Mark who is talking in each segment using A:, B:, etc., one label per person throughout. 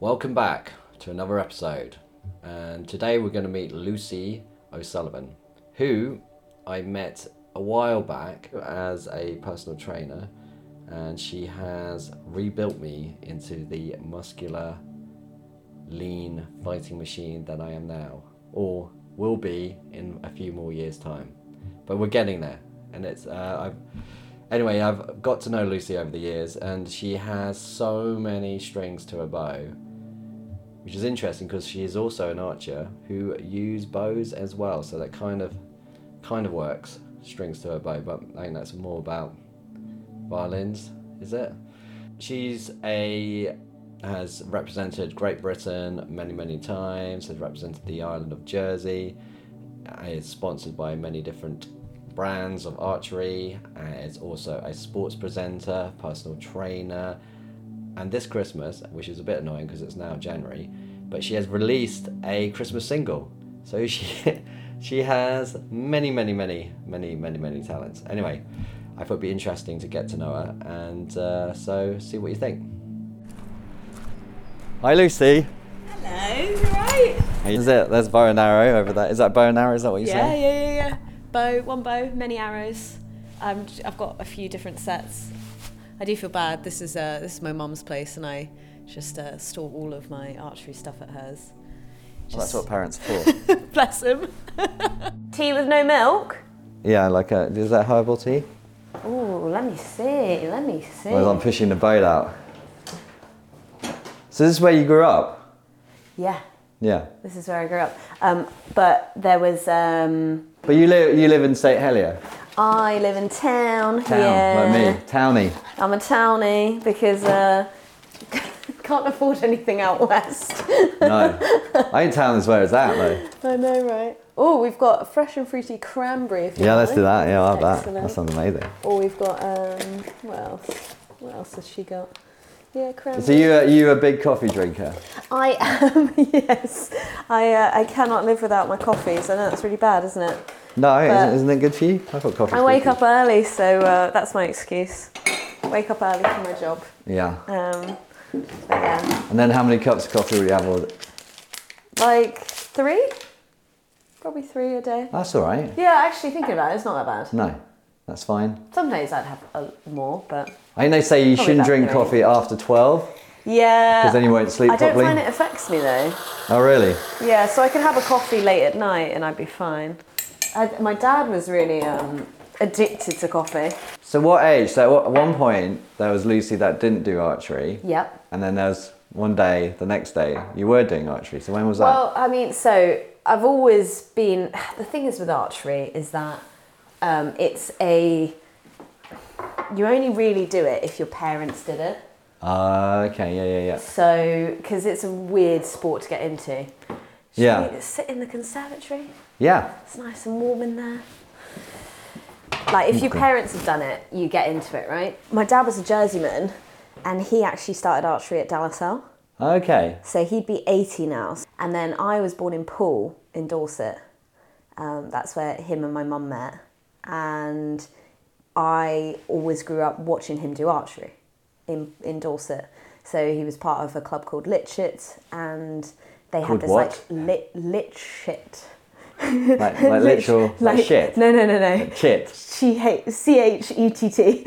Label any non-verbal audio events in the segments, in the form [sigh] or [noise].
A: Welcome back to another episode. And today we're going to meet Lucy O'Sullivan, who I met a while back as a personal trainer. And she has rebuilt me into the muscular, lean fighting machine that I am now, or will be in a few more years' time. But we're getting there. And it's, uh, I've Anyway, I've got to know Lucy over the years, and she has so many strings to her bow, which is interesting because she is also an archer who use bows as well. So that kind of, kind of works strings to her bow, but I think that's more about violins, is it? She's a has represented Great Britain many many times. Has represented the island of Jersey. uh, Is sponsored by many different brands of archery, and is also a sports presenter, personal trainer. And this Christmas, which is a bit annoying because it's now January, but she has released a Christmas single. So [laughs] she she has many, many, many, many, many, many talents. Anyway, I thought it'd be interesting to get to know her and uh, so see what you think. Hi Lucy.
B: Hello, you right?
A: Is it? There's bow and arrow over there. Is that bow and arrow? Is that what you
B: Yeah, yeah,
A: say?
B: yeah, yeah. Bow, one bow, many arrows. Um, j- I've got a few different sets. I do feel bad. This is uh, this is my mum's place, and I just uh, store all of my archery stuff at hers.
A: Well, that's what parents are for.
B: Bless him. [laughs] Tea with no milk.
A: yeah, like a, is that herbal tea?
B: Oh, let me see. Let me see.
A: Well, I'm pushing the boat out. So this is where you grew up?
B: yeah,
A: Yeah.
B: this is where I grew up. Um, but there was. Um,
A: But you live you live in St Helier,
B: I live in town.
A: town
B: yeah.
A: like me, townie.
B: I'm a townie because uh, [laughs] can't afford anything out west.
A: No, I think town is where it's at though.
B: I know, right? Oh, we've got fresh and fruity cranberry. If you
A: Yeah,
B: like.
A: let's do that. Yeah, I'll have that.
B: Excellent.
A: That sounds amazing.
B: Or we've got um, what else? What else has she got? Yeah, cranberry.
A: So you are you a big coffee drinker?
B: I am. [laughs] yes, I uh, I cannot live without my coffees. I know that's really bad, isn't it?
A: No,
B: But-
A: isn't, isn't it good for you? I thought coffee.
B: I wake up early, so uh, that's my excuse. Wake up early for my job.
A: Yeah,
B: Um, but yeah,
A: and then how many cups of coffee would you have? all the-
B: like three, probably three a day.
A: That's all right.
B: Yeah, actually thinking about it, it's not that bad.
A: No, that's fine.
B: Some days I'd have a, more, but
A: I think they say you
B: Probably
A: shouldn't
B: about
A: drink
B: three.
A: coffee after twelve
B: yeah.
A: because then you won't sleep
B: I don't
A: properly.
B: find it affects me though.
A: Oh really?
B: Yeah, so I could have a coffee late at night and I'd be fine. I, my dad was really um, addicted to coffee.
A: So what age? So at one point there was Lucy that didn't do archery.
B: Yep.
A: And then there was one day, the next day, you were doing archery. So when was that?
B: Well, I mean, so I've always been. [sighs] The thing is with archery is that um, it's a. You only really do it if your parents did it.
A: Ah, okay, yeah, yeah, yeah.
B: So, because it's a weird sport to get into. Should
A: Yeah.
B: we sit in the conservatory?
A: Yeah,
B: It's nice and warm in there. Like, if your parents have done it, you get into it, right? My dad was a Jerseyman, and he actually started archery at Dallasell. [laughs]
A: okay.
B: So he'd be 80 now. And then I was born in Poole, in Dorset. Um, that's where him and my mum met. And I always grew up watching him do archery in, in Dorset. So he was part of a club called Litchit, and they
A: Called
B: had this
A: what?
B: like lit, Litchit.
A: Like, like literal, like, shit.
B: No, no, no, no.
A: Shit.
B: She hates C H E T T [laughs]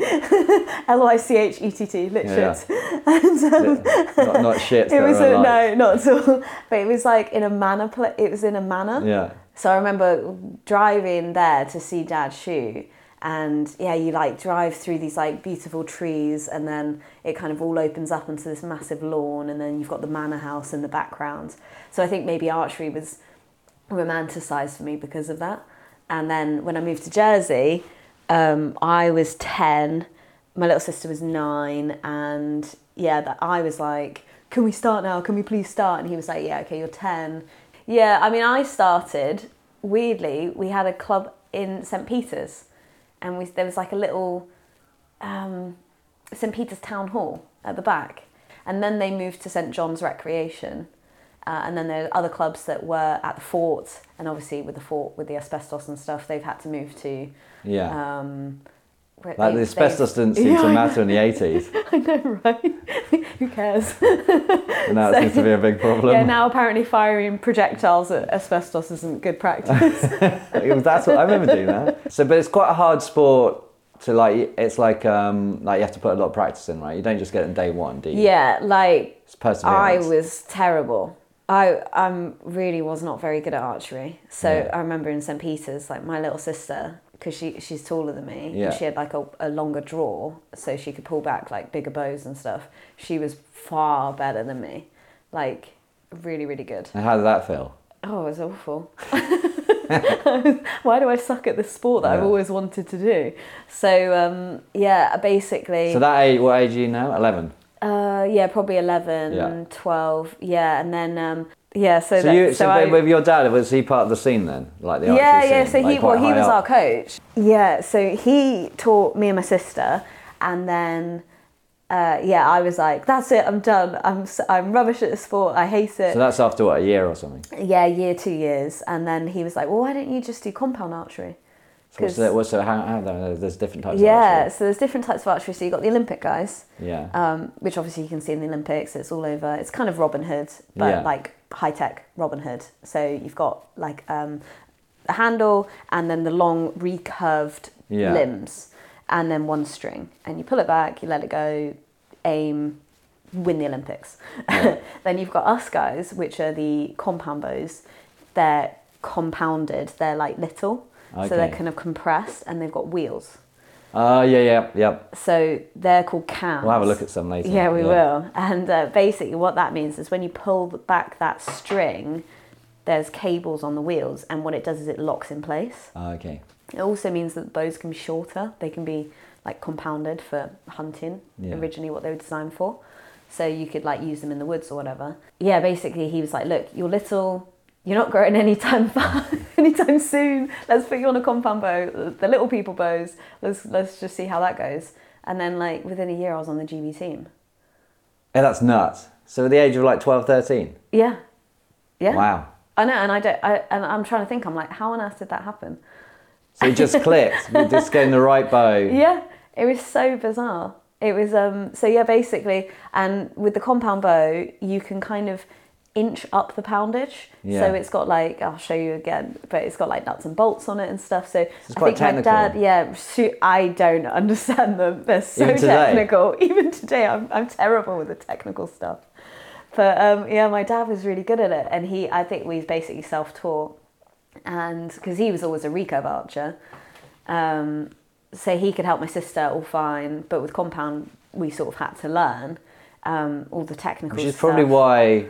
B: L I C H E T T lit
A: Yeah.
B: shit. And um,
A: not,
B: [laughs]
A: not shit.
B: it was a, no, not at all. But it was like in a manor. Pla- it was in a manor.
A: Yeah.
B: So I remember driving there to see Dad shoot, and yeah, you like drive through these like beautiful trees, and then it kind of all opens up into this massive lawn, and then you've got the manor house in the background. So I think maybe archery was romanticised for me because of that. And then when I moved to Jersey, um, I was 10, my little sister was nine, and yeah, that I was like, Can we start now? Can we please start? And he was like, Yeah, okay, you're 10. Yeah, I mean, I started, weirdly, we had a club in St. Peter's, and we, there was like a little um, St. Peter's Town Hall at the back. And then they moved to St. John's Recreation. Uh, and then there are other clubs that were at the fort. And obviously, with the fort, with the asbestos and stuff, they've had to move to
A: Yeah.
B: um,
A: Like
B: But
A: the
B: they- they-
A: asbestos didn't seem
B: Uh, Yeah,
A: to
B: I
A: matter in the 80s,
B: [laughs] I know, right? [laughs] Who cares?
A: and now it seems to be a big problem.
B: yeah, now apparently firing projectiles at asbestos isn't
A: [laughs]
B: good practice.
A: It was- that's what I remember doing that. So, but it's quite a hard sport to like. It's like um, like you have to put a lot of practice in, right? You don't just get it in day one, do you?
B: yeah, like
A: It's
B: I
A: perseverance.
B: was terrible. I um really was not very good at archery. So
A: Yeah.
B: I remember in St Peter's, like my little sister, because she she's taller than me,
A: Yeah.
B: and she had like a, a longer draw, so she could pull back like bigger bows and stuff. She was far better than me, like really really good.
A: And how did that feel?
B: Oh, it was awful. [laughs] Why do I suck at this sport that I've
A: Yeah.
B: always wanted to do? So um, yeah, basically.
A: So that age, what age are you now? Eleven.
B: Uh, yeah, probably 11,
A: Yeah.
B: 12. Yeah, and then, um, yeah, so,
A: So
B: that,
A: you, so,
B: I,
A: with your dad, was he part of the scene then, like the archery
B: yeah, yeah,
A: scene?
B: so he,
A: Like, quite
B: well, he
A: high
B: was
A: up?
B: our coach. Yeah, so he taught me and my sister, and then, uh, yeah, I was like, that's it, I'm done. I'm, s- I'm rubbish at the sport, I hate it.
A: So that's after what a year or something.
B: yeah, year, two years. And then he was like, well, why don't you just do compound archery?
A: So what's
B: 'Cause-
A: the, what's the, how, how, there- there's different types.
B: yeah,
A: Of archery.
B: so there's different types of archery. So you've got the Olympic guys,
A: Yeah.
B: um, which obviously you can see in the Olympics. It's all over. It's kind of Robin Hood, but
A: Yeah.
B: like high tech Robin Hood. So you've got like um, the handle and then the long recurved
A: Yeah.
B: limbs, and then one string, and you pull it back, you let it go, aim, win the Olympics. [laughs] then you've got us guys, which are the compound bows. They're compounded. They're like little, so they're
A: Okay.
B: kind of compressed, and they've got wheels.
A: Uh, yeah, yeah, yeah.
B: So they're called cams.
A: We'll have a look at some later.
B: Yeah, we will. And uh, basically, what that means is when you pull back that string, there's cables on the wheels, and what it does is it locks in place.
A: Ah, okay.
B: It also means that the bows can be shorter. They can be like compounded for hunting.
A: Yeah.
B: Originally, what they were designed for, so you could like use them in the woods or whatever. Yeah, basically, he was like, "Look, you're little. You're not growing anytime [laughs] fast, anytime soon. Let's put you on a compound bow, the little people bows. Let's let's just see how that goes." And then like within a year, I was on the GB team.
A: Yeah, that's nuts. So at the age of like 12, 13.
B: Yeah, yeah.
A: Wow.
B: I know, and I don't. I, and I'm trying to think. I'm like, how on earth did that happen?
A: So you just
B: [laughs]
A: clicked. You're just getting the right bow.
B: Yeah, it was so bizarre. It was um so yeah, basically, and with the compound bow, you can kind of inch up the poundage.
A: Yeah.
B: So it's got like I'll show you again, but it's got like nuts and bolts on it and stuff. So I
A: quite
B: think
A: technical.
B: my dad, yeah, shoot, I don't [laughs] understand them. They're so
A: Even today?
B: technical. [laughs] Even today, I'm I'm terrible with the technical stuff. But um, yeah, my dad was really good at it, and he I think we basically self taught, and because he was always a recurve archer. Um, so he could help my sister all fine, but with compound we sort of had to learn um, all the technical
A: Which is
B: stuff.
A: probably why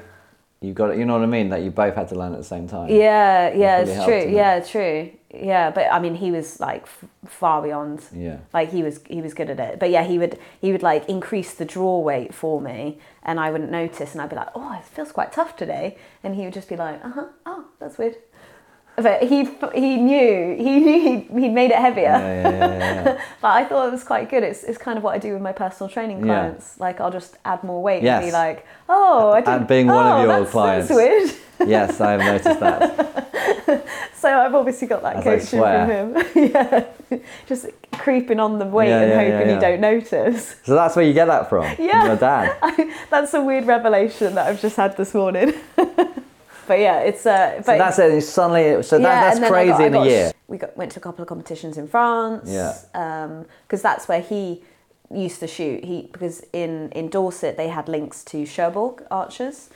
A: you got it. You know what I mean? That you both had to learn at the same time.
B: Yeah, yeah,
A: probably
B: it's
A: helped,
B: true.
A: didn't it?
B: Yeah, true. Yeah, but I mean, he was like f- far beyond.
A: Yeah.
B: Like he was, he was good at it. But yeah, he would, he would like increase the draw weight for me, and I wouldn't notice, and I'd be like, "Oh, it feels quite tough today," and he would just be like, "Uh huh. Oh, that's weird." But he, f- he knew, he knew he he made it heavier.
A: Yeah, yeah, yeah, yeah, yeah.
B: But I thought it was quite good. It's, it's kind of what I do with my personal training
A: Yeah.
B: clients. Like I'll just add more weight and
A: Yes.
B: be like, oh, I didn't.
A: And being one of
B: oh,
A: your
B: that's,
A: clients.
B: That's weird.
A: yes, I have noticed that.
B: [laughs] So I've obviously got that
A: As I
B: coaching
A: swear.
B: from him. [laughs] yeah, just creeping on the weight
A: Yeah,
B: and
A: yeah,
B: hoping
A: yeah,
B: you
A: yeah.
B: don't notice. [laughs]
A: So that's where you get that from. from
B: Yeah.
A: Your dad.
B: that's a weird revelation that I've just had this morning. [laughs] but yeah, it's uh, but
A: So that's it. and Suddenly, so that,
B: and
A: that's
B: then I
A: crazy
B: got- I
A: in a
B: got-
A: year.
B: We got, went to a couple of competitions in France.
A: Yeah.
B: because that's where he used to shoot. He because in in Dorset they had links to Cherbourg archers,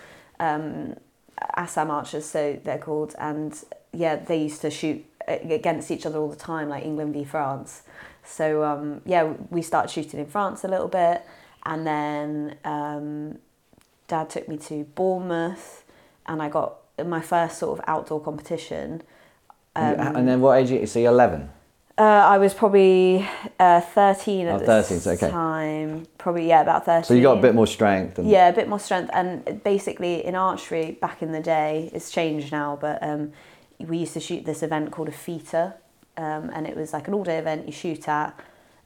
B: um, Assam archers, so they're called, and yeah, they used to shoot a- against each other all the time, like England v France. So um, yeah, we started shooting in France a little bit, and then um, Dad took me to Bournemouth, and I got my first sort of outdoor competition. um,
A: and then what age? Are you, so you're 11.
B: Uh, I was probably uh, 13 at
A: Oh,
B: this
A: 13, so okay.
B: time. Probably, yeah, about 13.
A: So you got a bit more strength. And,
B: Yeah, a bit more strength. And basically, in archery back in the day, it's changed now, but um, we used to shoot this event called a FITA, um, and it was like an all day event you shoot at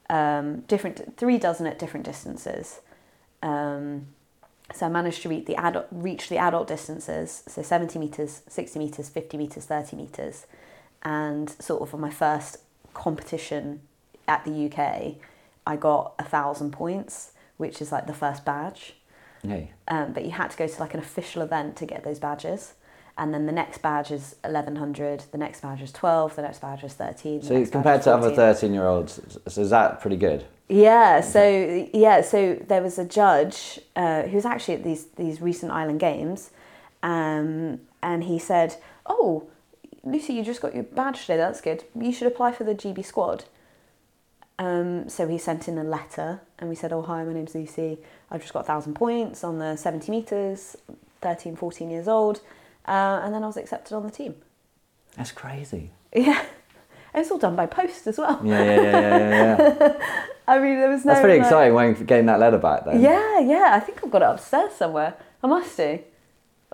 B: um, different, three dozen at different distances. Um, so I managed to reach the adult, reach the adult distances, so 70 metres, 60 metres, 50 metres, 30 metres, and sort of on my first competition at the UK, I got a thousand points, which is like the first badge.
A: Hey.
B: Um, but you had to go to like an official event to get those badges. And then the next badge is 1100, the next badge is 12, the next badge is 13. the
A: So
B: next badge
A: compared
B: is
A: to other
B: 14.
A: thirteen-year-olds, so is that pretty good?
B: Yeah, so yeah, so there was a judge uh, who was actually at these these recent Island Games, um, and he said, "Oh, Lucy, you just got your badge today. That's good. You should apply for the GB squad." Um, so he sent in a letter, and we said, "Oh, hi, my name's Lucy. I've just got thousand points on the seventy meters, 13, 14 years old, uh, and then I was accepted on the team." [laughs]
A: That's crazy.
B: Yeah, and it's all done by post as well.
A: Yeah, yeah, yeah, yeah,
B: [laughs]
A: yeah. yeah.
B: I mean, there was no.
A: That's pretty
B: like-
A: exciting when you getting that letter back then.
B: Yeah, yeah. I think I've got it upstairs somewhere. I must do.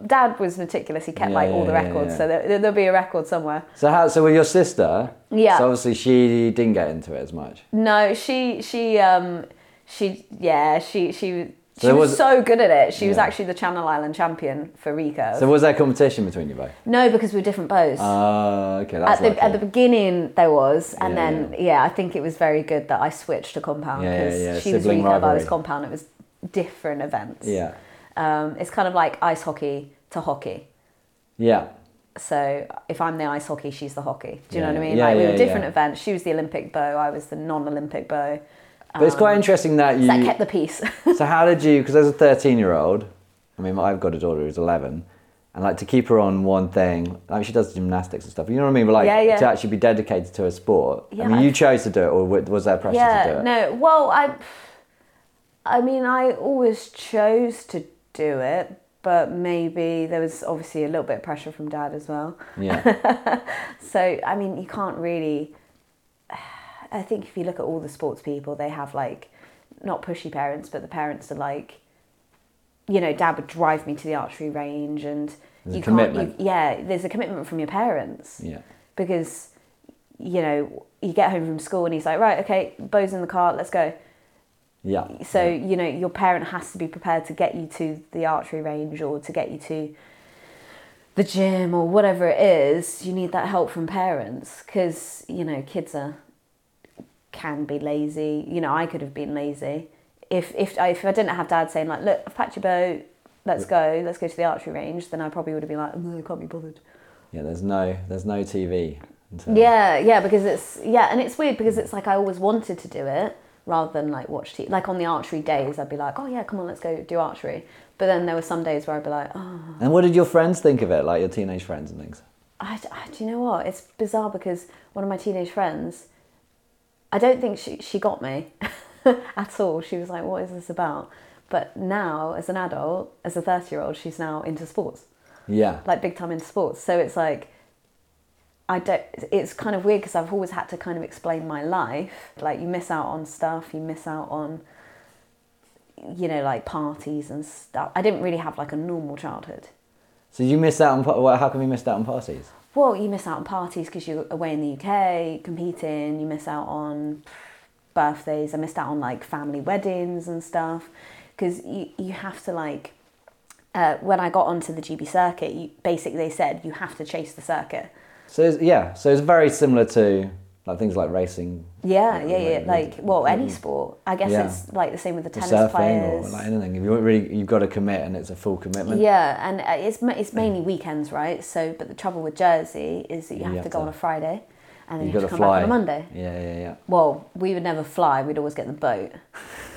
B: Dad was meticulous. He kept like all the
A: Yeah, yeah,
B: records,
A: yeah.
B: so there, there'll be a record somewhere.
A: So how? So with your sister?
B: Yeah.
A: So obviously she didn't get into it as much.
B: No, she, she, um, she, yeah, she, she. She
A: there
B: was,
A: was-
B: so good at it. She was
A: Yeah.
B: actually the Channel Island champion for recurve.
A: So was there competition between you both?
B: no, because we were different bows.
A: Oh, okay. That's
B: at the
A: lucky.
B: at the beginning there was, and
A: Yeah,
B: then
A: yeah.
B: yeah. I think it was very good that I switched to compound
A: Yeah, yeah,
B: because
A: yeah,
B: she was
A: sibling
B: recurve, I was
A: rivalry.
B: compound. It was different events.
A: yeah,
B: Um, it's kind of like ice hockey to hockey.
A: yeah.
B: So if I'm the ice hockey, she's the hockey. Do you
A: Yeah,
B: know what I mean?
A: yeah,
B: like we
A: yeah,
B: were different
A: yeah.
B: events. She was the Olympic bow. I was the non-Olympic bow.
A: But it's quite interesting that you.
B: Um, That kept the
A: [laughs]
B: peace.
A: so how did you? Because as a thirteen-year-old, I mean, I've got a daughter who's eleven, and like to keep her on one thing. I mean, she does gymnastics and stuff. You know what I mean? But like
B: Yeah, yeah.
A: to actually be dedicated to a sport. I
B: Yeah,
A: mean,
B: I-
A: you chose to do it, or wa- was there pressure to do
B: yeah.
A: it?
B: No. Well, I. I mean, I always chose to do it, but maybe there was obviously a little bit of pressure from dad as well. [laughs]
A: Yeah.
B: So I mean, you can't really. [sighs] I think if you look at all the sports people, they have like, not pushy parents, but the parents are like. You know, dad would drive me to the archery range, and
A: There's a
B: you can't. You,
A: commitment.
B: yeah, there's a commitment from your parents
A: yeah.
B: because, you know, you get home from school and he's like, right, okay, bows in the car, let's go.
A: Yeah.
B: So you know, your parent has to be prepared to get you to the archery range or to get you to the gym or whatever it is. You need that help from parents because you know kids are can be lazy. You know, I could have been lazy if if I, if I didn't have dad saying like, look, I've packed your boat. Let's go. Let's go to the archery range. Then I probably would have been like, no, I can't be bothered.
A: Yeah. There's no. There's no TV. until-
B: Yeah, yeah, because it's yeah, and it's weird because it's like I always wanted to do it rather than like watch TV. Like on the archery days, I'd be like, oh yeah, come on, let's go do archery. But then there were some days where I'd be like, oh,
A: And what did your friends think of it? Like your teenage friends and things.
B: I, I- do you know what? It's bizarre because one of my teenage friends, I don't think she she got me [laughs] at all. She was like, what is this about? But now, as an adult, as a thirty-year-old, she's now into sports.
A: Yeah.
B: like big time into sports. So it's like I don't. It's kind of weird because I've always had to kind of explain my life. Like you miss out on stuff, you miss out on you know like parties and stuff. I didn't really have like a normal childhood.
A: So you missed out on pa- well, how come you missed out on parties?
B: Well, you miss out on parties because you're away in the UK competing. You miss out on birthdays. I missed out on like family weddings and stuff because you you have to like. Uh, when I got onto the GB circuit, you, basically they said you have to chase the circuit.
A: So it's, yeah, so it's very similar to like things like racing.
B: Yeah,
A: Like,
B: yeah, yeah.
A: like-
B: Like, well, any sport. I guess
A: Yeah.
B: it's like the same with Mm-hmm. the
A: surfing
B: tennis players.
A: or like anything. If you want really, you've got to commit, and it's a full commitment.
B: yeah, and uh, it's ma- it's mainly weekends, right? So, but the trouble with Jersey is that you have, to go on a Friday, and then
A: you've
B: you
A: got
B: have
A: to
B: to come
A: fly
B: back on a Monday.
A: Yeah, yeah, yeah.
B: Well, we would never fly. We'd always get the boat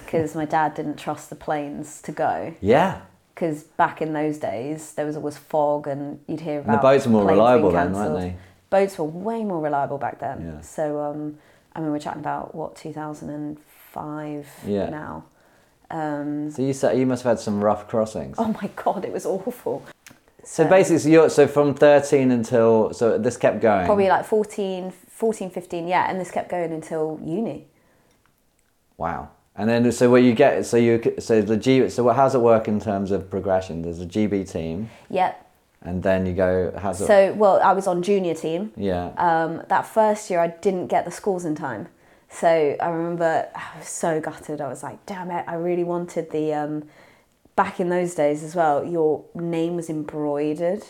B: because my dad didn't trust the planes to go.
A: Yeah,
B: Because back in those days, there was always fog, and you'd hear
A: the
B: about
A: boats were more
B: planes being
A: reliable then,
B: cancelled.
A: weren't they?
B: Boats were way more reliable back then.
A: Yeah.
B: So, um, I mean, we're chatting about what 2005
A: Yeah.
B: now. Um, [laughs]
A: So you sa you must have had some rough crossings.
B: oh my god, it was awful.
A: so basically, so you're so from 13 until so this kept going.
B: Probably like 14, 14, 15, yeah, and this kept going until uni.
A: Wow. And then so what you get so you c- so the G so what how's it work in terms of progression? There's a GB team,
B: Yep.
A: and then you go how's it?
B: So, well, I was on junior team.
A: yeah.
B: Um, that first year, I didn't get the scores in time. So I remember I was so gutted. I was like, damn it, I really wanted the. Um, back in those days as well, your name was embroidered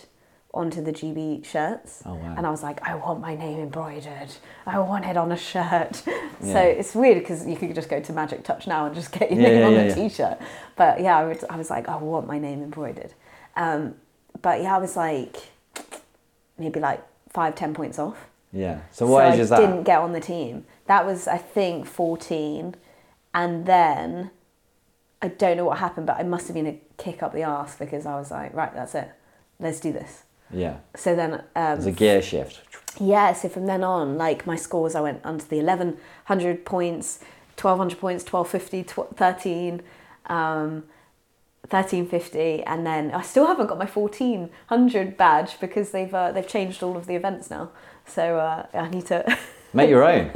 B: onto the GB shirts.
A: Oh, wow.
B: And I was like, I want my name embroidered. I want it on a shirt. [laughs]
A: Yeah.
B: So it's weird because you could just go to Magic Touch now and just [laughs] get your
A: Yeah,
B: name
A: yeah,
B: on
A: yeah,
B: a
A: yeah.
B: t-shirt. But yeah, I, would, I was like, I want my name embroidered. Um, but yeah, I was like, maybe like five, ten points off.
A: Yeah. So what
B: so
A: age
B: I
A: is that?
B: didn't get on the team. That was, I think, 14. And then I don't know what happened, but it must have been a kick up the arse because I was like, right, that's it. Let's do this.
A: Yeah.
B: So then,
A: It's a
B: um,
A: gear shift.
B: yeah, so from then on, like my scores, I went under the 1100 points, 1200 points, 1250, tw- 13, um, 1350, and then I still haven't got my 1400 badge because they've uh, they've changed all of the events now. So uh, I need to, [laughs]
A: Make your own.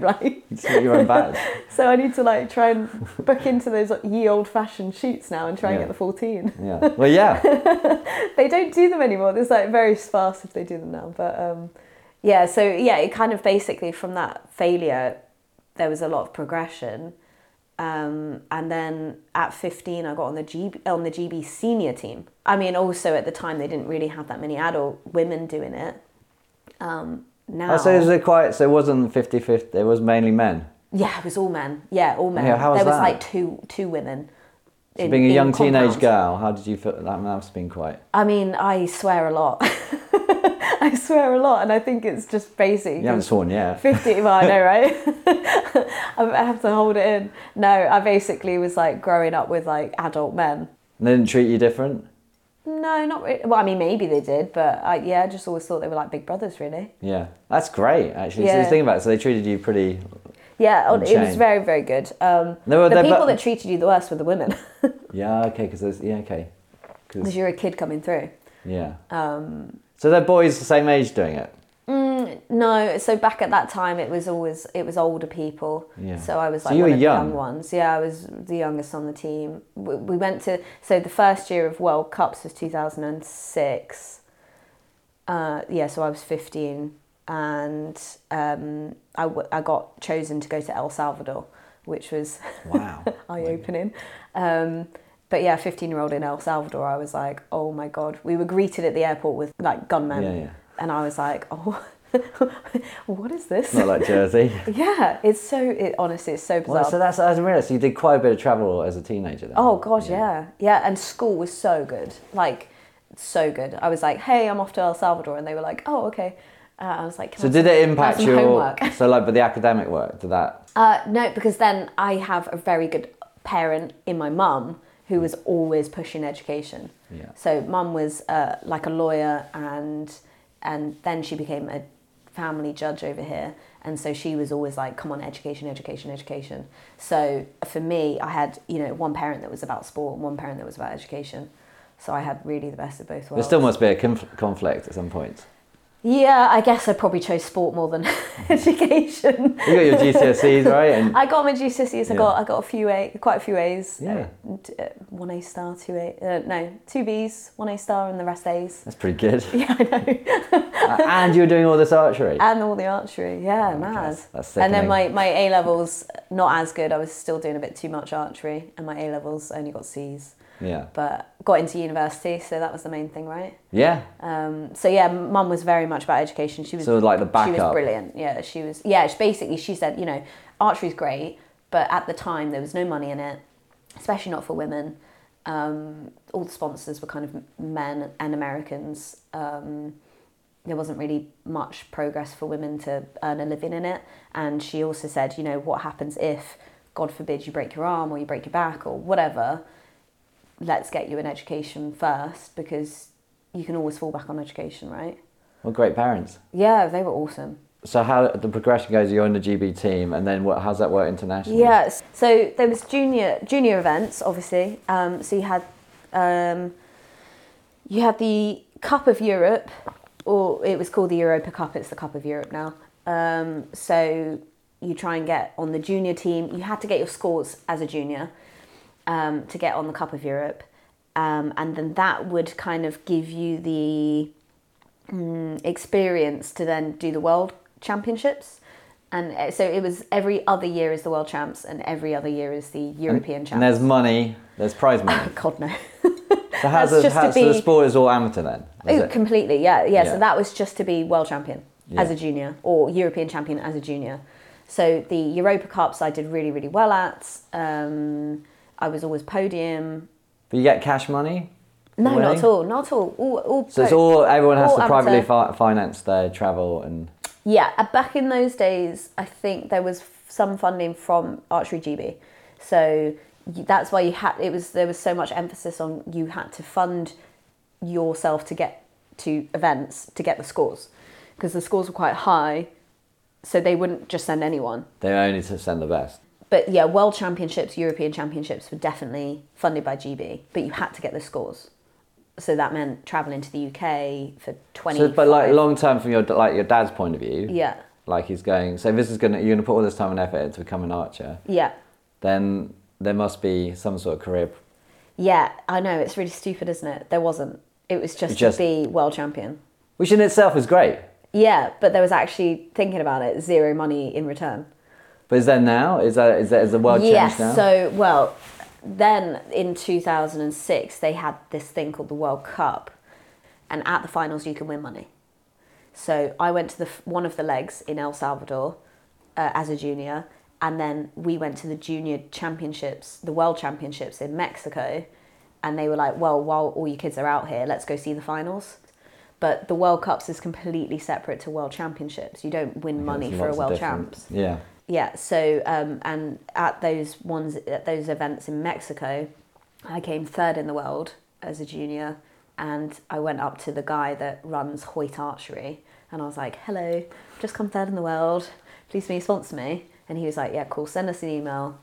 B: right?
A: It's not your own badge.
B: So I need to like try and book into those ye old fashioned sheets now and try and
A: Yeah.
B: get the 14.
A: Yeah. Well, yeah.
B: they don't do them anymore. There's like very sparse if they do them now. But um, yeah, so yeah, it kind of basically from that failure, there was a lot of progression. Um, and then at 15, I got on the GB on the GB senior team. I mean, also at the time they didn't really have that many adult women doing it. Um, now,
A: I say it was a quite. So it wasn't 50-50. It was mainly men.
B: yeah, it was all men. Yeah, all men.
A: Yeah, how was
B: there was
A: that?
B: like two two women.
A: So
B: in-
A: being a
B: in
A: young teenage
B: compounds.
A: girl, how did you feel? That that must have been quite.
B: I mean, I swear a lot. [laughs] I swear a lot, and I think it's just basic.
A: You haven't sworn, yeah.
B: 50, well, I know, right? [laughs] I I have to hold it in. No, I basically was like growing up with like adult men.
A: And they didn't treat you different.
B: No, not really. Well, I mean, maybe they did, but I, yeah, I just always thought they were like big brothers, really.
A: Yeah, that's great actually. So
B: Yeah.
A: just think about it. So they treated you pretty.
B: Yeah, it was
A: Unchained.
B: very, very good. Um,
A: They were-
B: the
A: they're
B: people
A: bu-
B: that treated you the worst were the women [laughs]
A: Yeah, okay, because there's yeah, okay,
B: because
A: because
B: you're a kid coming through.
A: yeah. Um. So they're boys the same age doing it.
B: No, so back at that time it was always it was older people.
A: Yeah.
B: So I was
A: So
B: like
A: you
B: one
A: were
B: of the
A: young.
B: young ones. Yeah, I was the youngest on the team. We, we went to so the first year of World Cups was 2006. Uh, yeah, so I was 15 and um, I, w- I got chosen to go to El Salvador, which was
A: [laughs] Wow.
B: eye opening. Um, but yeah, 15 year old in El Salvador, I was like, oh my God. We were greeted at the airport with like gunmen.
A: Yeah, yeah.
B: And I was like, oh, [laughs] what is this?
A: Not like Jersey.
B: yeah, [laughs] it's so, it, honestly, it's so bizarre.
A: well, so that's I didn't realize you did quite a bit of travel as a teenager. Then.
B: oh God, yeah. yeah. and school was so good. Like, so good. I was like, hey, I'm off to El Salvador. And they were like, oh, okay. Uh, I was like, Can
A: So
B: I
A: did
B: have
A: it
B: some- have
A: impact
B: some
A: your
B: homework? [laughs]
A: so like but the academic work? Did that?
B: Uh, no, because then I have a very good parent in my mum who was always pushing education.
A: Yeah.
B: So mum was uh, like a lawyer, and and then she became a family judge over here, and so she was always like, "Come on, education, education, education." So for me, I had you know one parent that was about sport, and one parent that was about education. So I had really the best of both
A: There
B: worlds.
A: still must be a conf- conflict at some point.
B: yeah, I guess I probably chose sport more than [laughs] education.
A: You got your GCSEs right, and
B: [laughs] I got my GCSEs. I
A: Yeah.
B: got I got a few A, quite a few A's.
A: Yeah.
B: Uh, d- uh, one A star, two A, uh, no, two B's, one A star, and the rest A's.
A: that's pretty good.
B: [laughs] Yeah, I know.
A: [laughs] A- and you were doing all this archery.
B: And all the archery. Yeah, mad.
A: Oh, that's- that's
B: and
A: sickening.
B: then my my A levels not as good. I was still doing a bit too much archery, and my A levels only got C's.
A: yeah.
B: But got into university, so that was the main thing, right?
A: Yeah.
B: Um, so yeah, mum was very much about education. She was
A: So, like, the
B: She
A: backup.
B: was brilliant. Yeah, she was. Yeah, she, basically she said, you know, archery's great, but at the time there was no money in it, especially not for women. Um, all the sponsors were kind of men and Americans. Um, there wasn't really much progress for women to earn a living in it. And she also said, you know, what happens if, God forbid, you break your arm or you break your back or whatever? Let's get you an education first because you can always fall back on education, right?
A: Well, great parents.
B: Yeah, they were awesome.
A: So how the progression goes? You're on the GB team, and then what? How's that work internationally?
B: Yes. So there was junior junior events, obviously. Um, so you had um, you had the Cup of Europe, or it was called the Europa Cup. It's the Cup of Europe now. Um, so you try and get on the junior team. You had to get your scores as a junior um, to get on the Cup of Europe, um, and then that would kind of give you the mm, experience to then do the world championships and uh, so it was every other year is the world champs and every other year is the european
A: And
B: champs [laughs]
A: there's money. There's prize money.
B: god no
A: So how's
B: That's
A: the,
B: just
A: how,
B: to
A: so the
B: be-
A: sport is all amateur then? is
B: Oh,
A: it?
B: completely. Yeah, yeah,
A: Yeah.
B: So that was just to be world champion as
A: Yeah.
B: a junior or European champion as a junior. So the Europa Cups I did really, really well at. Um, I was always podium.
A: But you get cash money.
B: No,
A: Really?
B: not at all. Not at all. all, all
A: So it's
B: pro-
A: all everyone has
B: all
A: to
B: amateur.
A: privately fi- finance their travel and
B: Yeah, uh, back in those days, I think there was f- some funding from Archery GB, so y- that's why you had it was there was so much emphasis on you had to fund yourself to get to events to get the scores because the scores were quite high, so they wouldn't just send anyone.
A: they only to send the best.
B: But yeah, world championships, European championships were definitely funded by GB, but you had to get the scores, so that meant traveling to the UK for twenty.
A: So, but like long term from your like your dad's point of view,
B: yeah,
A: Like he's going. So this is gonna you're gonna put all this time and effort into becoming an archer.
B: yeah.
A: Then there must be some sort of career.
B: Yeah, I know. It's really stupid, isn't it? There wasn't. It was just,
A: Just-
B: to be world champion.
A: Which in itself is great.
B: Yeah, but there was actually thinking about it, zero money in return.
A: But is there now? Is that is that is the world
B: yes.
A: changed now?
B: So well, then in two thousand and six, they had this thing called the World Cup, and at the finals you can win money. So I went to the f- one of the legs in El Salvador uh, as a junior, and then we went to the junior championships, the World Championships in Mexico, and they were like, "Well, while all your kids are out here, let's go see the finals." But the World Cups is completely separate to World Championships. You don't win money
A: There's
B: for a
A: lots of
B: World
A: different-
B: Champs.
A: Yeah.
B: Yeah. So um, and at those ones at those events in Mexico, I came third in the world as a junior, and I went up to the guy that runs Hoyt Archery, and I was like, "Hello, just come third in the world. Please, may you sponsor me?" And he was like, "Yeah, cool. Send us an email."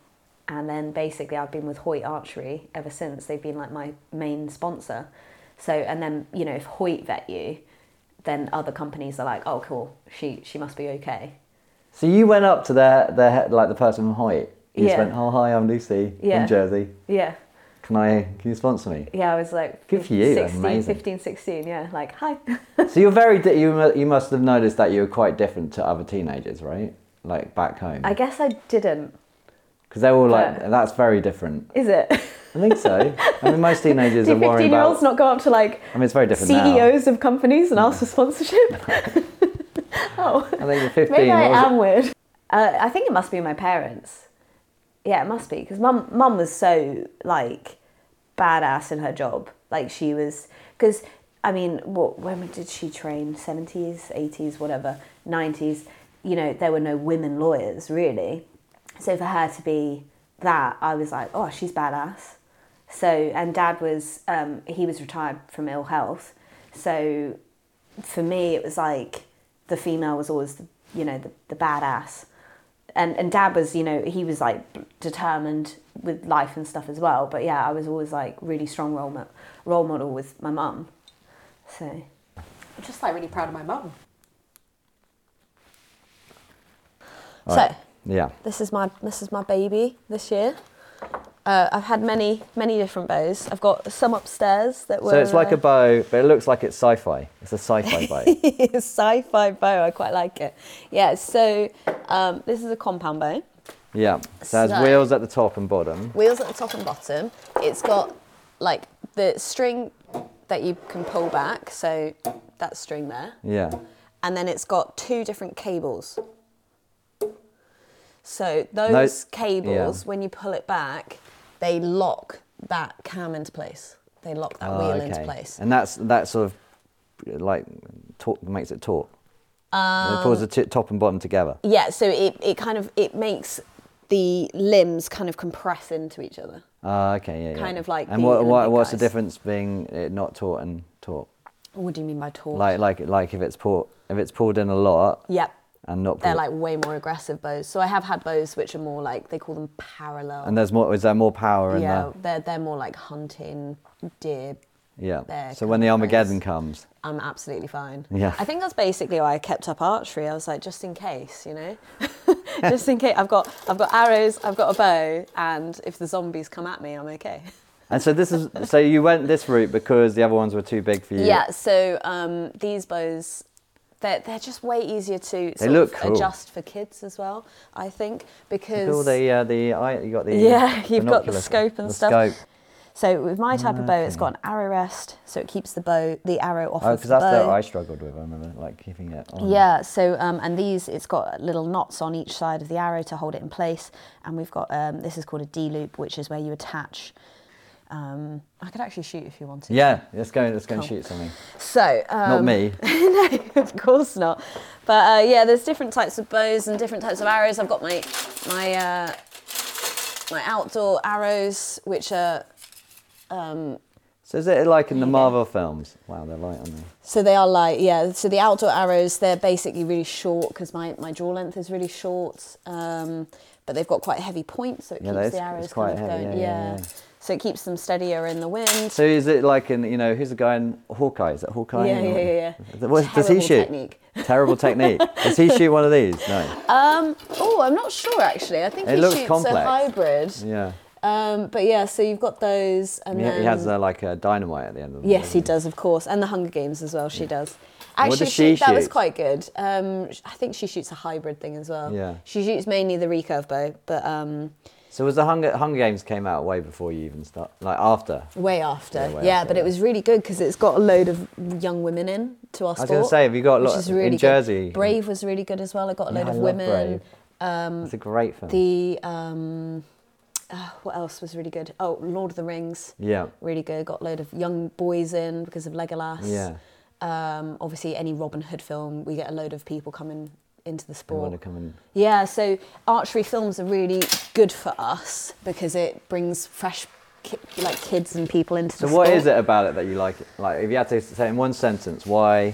B: And then basically, I've been with Hoyt Archery ever since. They've been like my main sponsor. So and then you know if Hoyt vet you, then other companies are like, "Oh, cool. She she must be okay."
A: So you went up to their their head, like the person from Hoyt. You just
B: Yeah.
A: went, oh hi, I'm Lucy
B: Yeah.
A: from Jersey.
B: Yeah.
A: Can I can you sponsor me? [laughs]
B: Yeah, I was like
A: Good for you, that's
B: 16,
A: amazing.
B: 15, 16, yeah, like
A: [laughs]
B: hi.
A: So you're very di- you mu- you must have noticed that you were quite different to other teenagers, right? Like back home,
B: I guess I didn't.
A: because they're all like
B: but-
A: that's very different.
B: Is it?
A: I think so. I mean, most teenagers are
B: [laughs] Do
A: worried
B: 15 year olds
A: about.
B: not E go up to like
A: I mean, it's very different now.
B: CEOs of companies and ask for sponsorship? [laughs] oh,
A: I think the 15
B: maybe I
A: was-
B: am weird. Uh, I think it must be my parents. Yeah, it must be because mum mum was so like badass in her job. Like she was because I mean, what when did she train? Seventies, eighties, whatever, nineties. You know, there were no women lawyers really. So for her to be that, I was like, oh, she's badass. So and dad was um, he was retired from ill health. So for me, it was like the female was always the, you know the, the badass and and dad was you know he was like determined with life and stuff as well but yeah i was always like really strong role, mo- role model with my mum so i'm just like really proud of my mum so
A: Yeah.
B: this is my this is my baby this year uh, I've had many many different bows. I've got some upstairs that were
A: So it's like
B: uh,
A: a bow, but it looks like it's sci-fi. It's a
B: [laughs]
A: sci-fi bow.
B: sci-fi bow. I quite like it. Yeah. So um, this is a compound bow.
A: Yeah. So it has
B: So-
A: wheels at the top and bottom.
B: wheels at the top and bottom. It's got like the string that you can pull back, so that string there,
A: Yeah.
B: and then it's got two different cables. So those cables, when you pull it back, they lock that cam into place. They lock that
A: Ah,
B: wheel into
A: okay.
B: place.
A: And that's that sort of like taut, makes it taut.
B: Oh.
A: Um, it pulls the t- top and bottom together.
B: Yeah, so it, it kind of it makes the limbs kind of compress into each other.
A: Ah, okay, yeah, yeah.
B: Kind of like
A: And
B: the
A: what, what
B: Olympic
A: what's the
B: guys.
A: difference being it not taut and taut?
B: What do you mean by tall?
A: Like like like if it's pulled if it's pulled in a lot
B: yep.
A: and not
B: they're
A: pulled.
B: like way more aggressive bows. So I have had bows which are more like they call them parallel.
A: and there's more is there more power in
B: yeah, they're they're more like hunting deer.
A: there? Yeah.
B: they're
A: So when the
B: kind of nice.
A: Armageddon comes,
B: I'm absolutely fine.
A: Yeah.
B: I think that's basically why I kept up archery. I was like, just in case, you
A: [laughs]
B: know, just in case. I've got I've got arrows, I've got a bow, and if the zombies come at me, I'm okay.
A: and so this is so you went this route because the other ones were too big for you.
B: Yeah. so um, these bows, they're they're just way easier to sort
A: look
B: of
A: cool.
B: adjust for kids as well. I think because
A: Cool. The uh, the eye, you got the
B: Yeah, [laughs] you've got the
A: binoculars,
B: scope and
A: the
B: stuff.
A: Scope.
B: So with my type of bow, it's got an arrow rest, so it keeps the bow, the arrow off
A: Oh,
B: of
A: because
B: the
A: that's
B: bow.
A: what I struggled with. I remember like keeping it. on.
B: Yeah, so um, and these it's got little knots on each side of the arrow to hold it in place, and we've got um, this is called a D loop, which is where you attach. Um, I could actually shoot if you wanted.
A: Yeah, let's go. Let's go and
B: Cool.
A: shoot something.
B: So um,
A: Not me.
B: no, [laughs] of course not. But uh, yeah, there's different types of bows and different types of arrows. I've got my my uh, my outdoor arrows, which are
A: So is it like in the Marvel films? Wow, they're light on there.
B: so they are light. Yeah. So the outdoor arrows, they're basically really short because my my draw length is really short. Um, but they've got quite heavy points, so it
A: Yeah, that
B: keeps
A: is-
B: the
A: it's
B: arrows
A: quite
B: kind of
A: heavy,
B: going.
A: yeah, yeah, yeah.
B: So it keeps them steadier in the wind.
A: So is it like in you know who's the guy in Hawkeye? Is that Hawkeye?
B: Yeah, yeah, yeah,
A: Is
B: yeah.
A: it- what- does he
B: Terrible
A: shoot?
B: technique.
A: Terrible technique. Does
B: [laughs]
A: he shoot one of these? No.
B: um, oh, I'm not sure actually. I think
A: It
B: he
A: looks
B: shoots a
A: complex.
B: hybrid.
A: yeah.
B: Um, but yeah, so you've got those, and
A: He,
B: then
A: he has uh, like a dynamite at the end of the
B: yes, he does, of course, and the Hunger Games as well. She does. Actually,
A: does she
B: that was
A: shoot?
B: quite good. Um, sh- I think she shoots a hybrid thing as well.
A: Yeah.
B: she shoots mainly the recurve bow, but um,
A: So was the Hunger, Hunger Games came out way before you even start, like after?
B: way after. Yeah,
A: Yeah, way after,
B: but
A: yeah.
B: it was really good because it's got a load of young women in to our
A: I was
B: sport.
A: gonna say, have you got a
B: which
A: lot
B: is
A: in
B: really good.
A: Jersey?
B: Brave was really good as well. It got a load
A: Yeah, I
B: of
A: love
B: women. um,
A: Brave. it's a great film.
B: The um, uh, what else was really good? Oh, Lord of the Rings.
A: yeah.
B: really good. Got a load of young boys in because of Legolas.
A: Yeah.
B: Um, obviously, any Robin Hood film, we get a load of people coming into the
A: They want to
B: sport.
A: come and
B: Yeah, so archery films are really good for us because it brings fresh, ki- like kids and people into
A: So
B: the
A: what
B: sport.
A: is it about it that you like? it? Like, if you had to say in one sentence, why,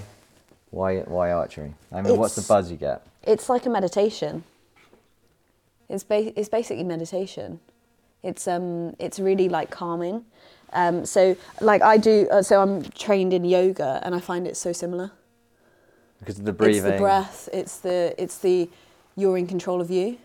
A: why, why archery? I mean, what's the
B: It's-
A: buzz you get?
B: It's like a meditation. It's ba- it's basically meditation. It's um it's really like calming. Um, so like I do, uh, so I'm trained in yoga and I find it so similar.
A: Because of the breathing.
B: It's the breath. It's the it's the you're in control of you.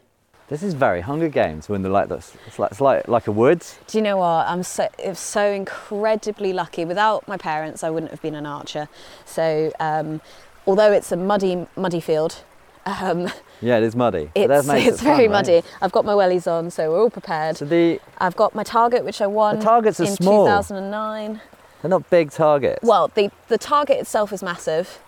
A: This is very Hunger Games when they're like this. It's like, it's like like a woods.
B: Do you know what? I'm so it's so incredibly lucky. Without my parents, I wouldn't have been an archer. So um, although it's a muddy muddy field. Um,
A: Yeah, it is muddy. but that
B: it's
A: makes it
B: it's
A: fun,
B: very
A: right?
B: muddy. I've got my wellies on, so we're all prepared.
A: So the
B: I've got my target, which I won
A: The targets are
B: in
A: small.
B: 2009.
A: they're not big targets.
B: Well, the, the target itself is massive.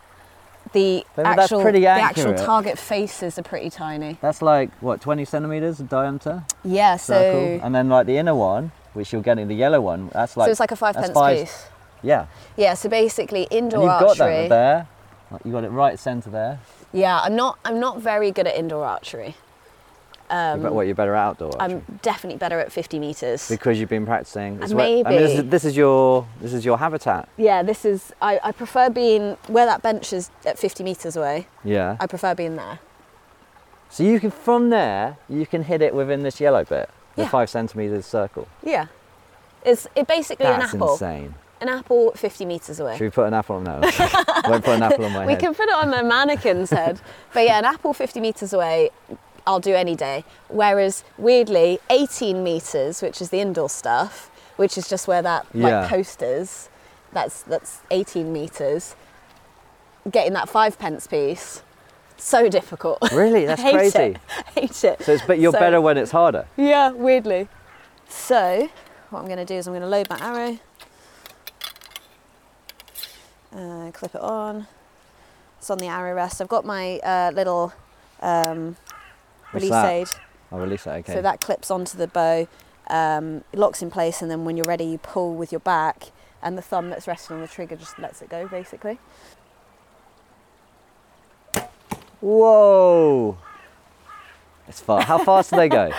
B: The
A: But that's
B: actual
A: pretty
B: the actual
A: accurate.
B: target faces are pretty tiny.
A: That's like what 20 centimeters in diameter
B: Yeah, so
A: circle, and then like the inner one, which you're getting the yellow one. That's like
B: so it's like a five
A: that's
B: pence piece.
A: Yeah,
B: Yeah, so basically
A: and
B: indoor
A: you've got that
B: archery.
A: there. Like, you got it right centre there.
B: Yeah, I'm not I'm not very good at indoor archery.
A: you're, be- what you're better at outdoor. archery.
B: Um, I'm definitely better at 50 meters.
A: because you've been practicing. It's
B: Uh,
A: where- I mean, this
B: maybe.
A: is, this is your this is your habitat.
B: Yeah, this is I, I prefer being where that bench is at 50 meters away.
A: Yeah.
B: I prefer being there.
A: so you can from there you can hit it within this yellow bit, the
B: Yeah.
A: five centimeters circle.
B: Yeah. It's it basically
A: That's
B: an apple.
A: insane.
B: An apple 50 meters away.
A: Should we put an apple on that? [laughs] Won't put an apple on my
B: We
A: head.
B: can put it on a mannequin's head. But yeah, an apple 50 metres away, I'll do any day. Whereas, weirdly, 18 metres, which is the indoor stuff, which is just where that
A: Yeah.
B: like post is, that's, that's 18 metres, getting that five pence piece, so difficult. [laughs]
A: Really? That's
B: Hate it.
A: crazy.
B: Hate it.
A: So it's but you're
B: So-
A: better when it's harder.
B: Yeah, weirdly. So, what I'm going to do is I'm going to load my arrow, uh, clip it on. It's on the arrow rest. I've got my uh, little um,
A: What's
B: release
A: that?
B: aid,
A: I'll release it. Okay.
B: so that clips onto the bow, um, it locks in place, and then when you're ready, you pull with your back, and the thumb that's resting on the trigger just lets it go, basically.
A: Whoa. It's far. How fast do they
B: [laughs]
A: go?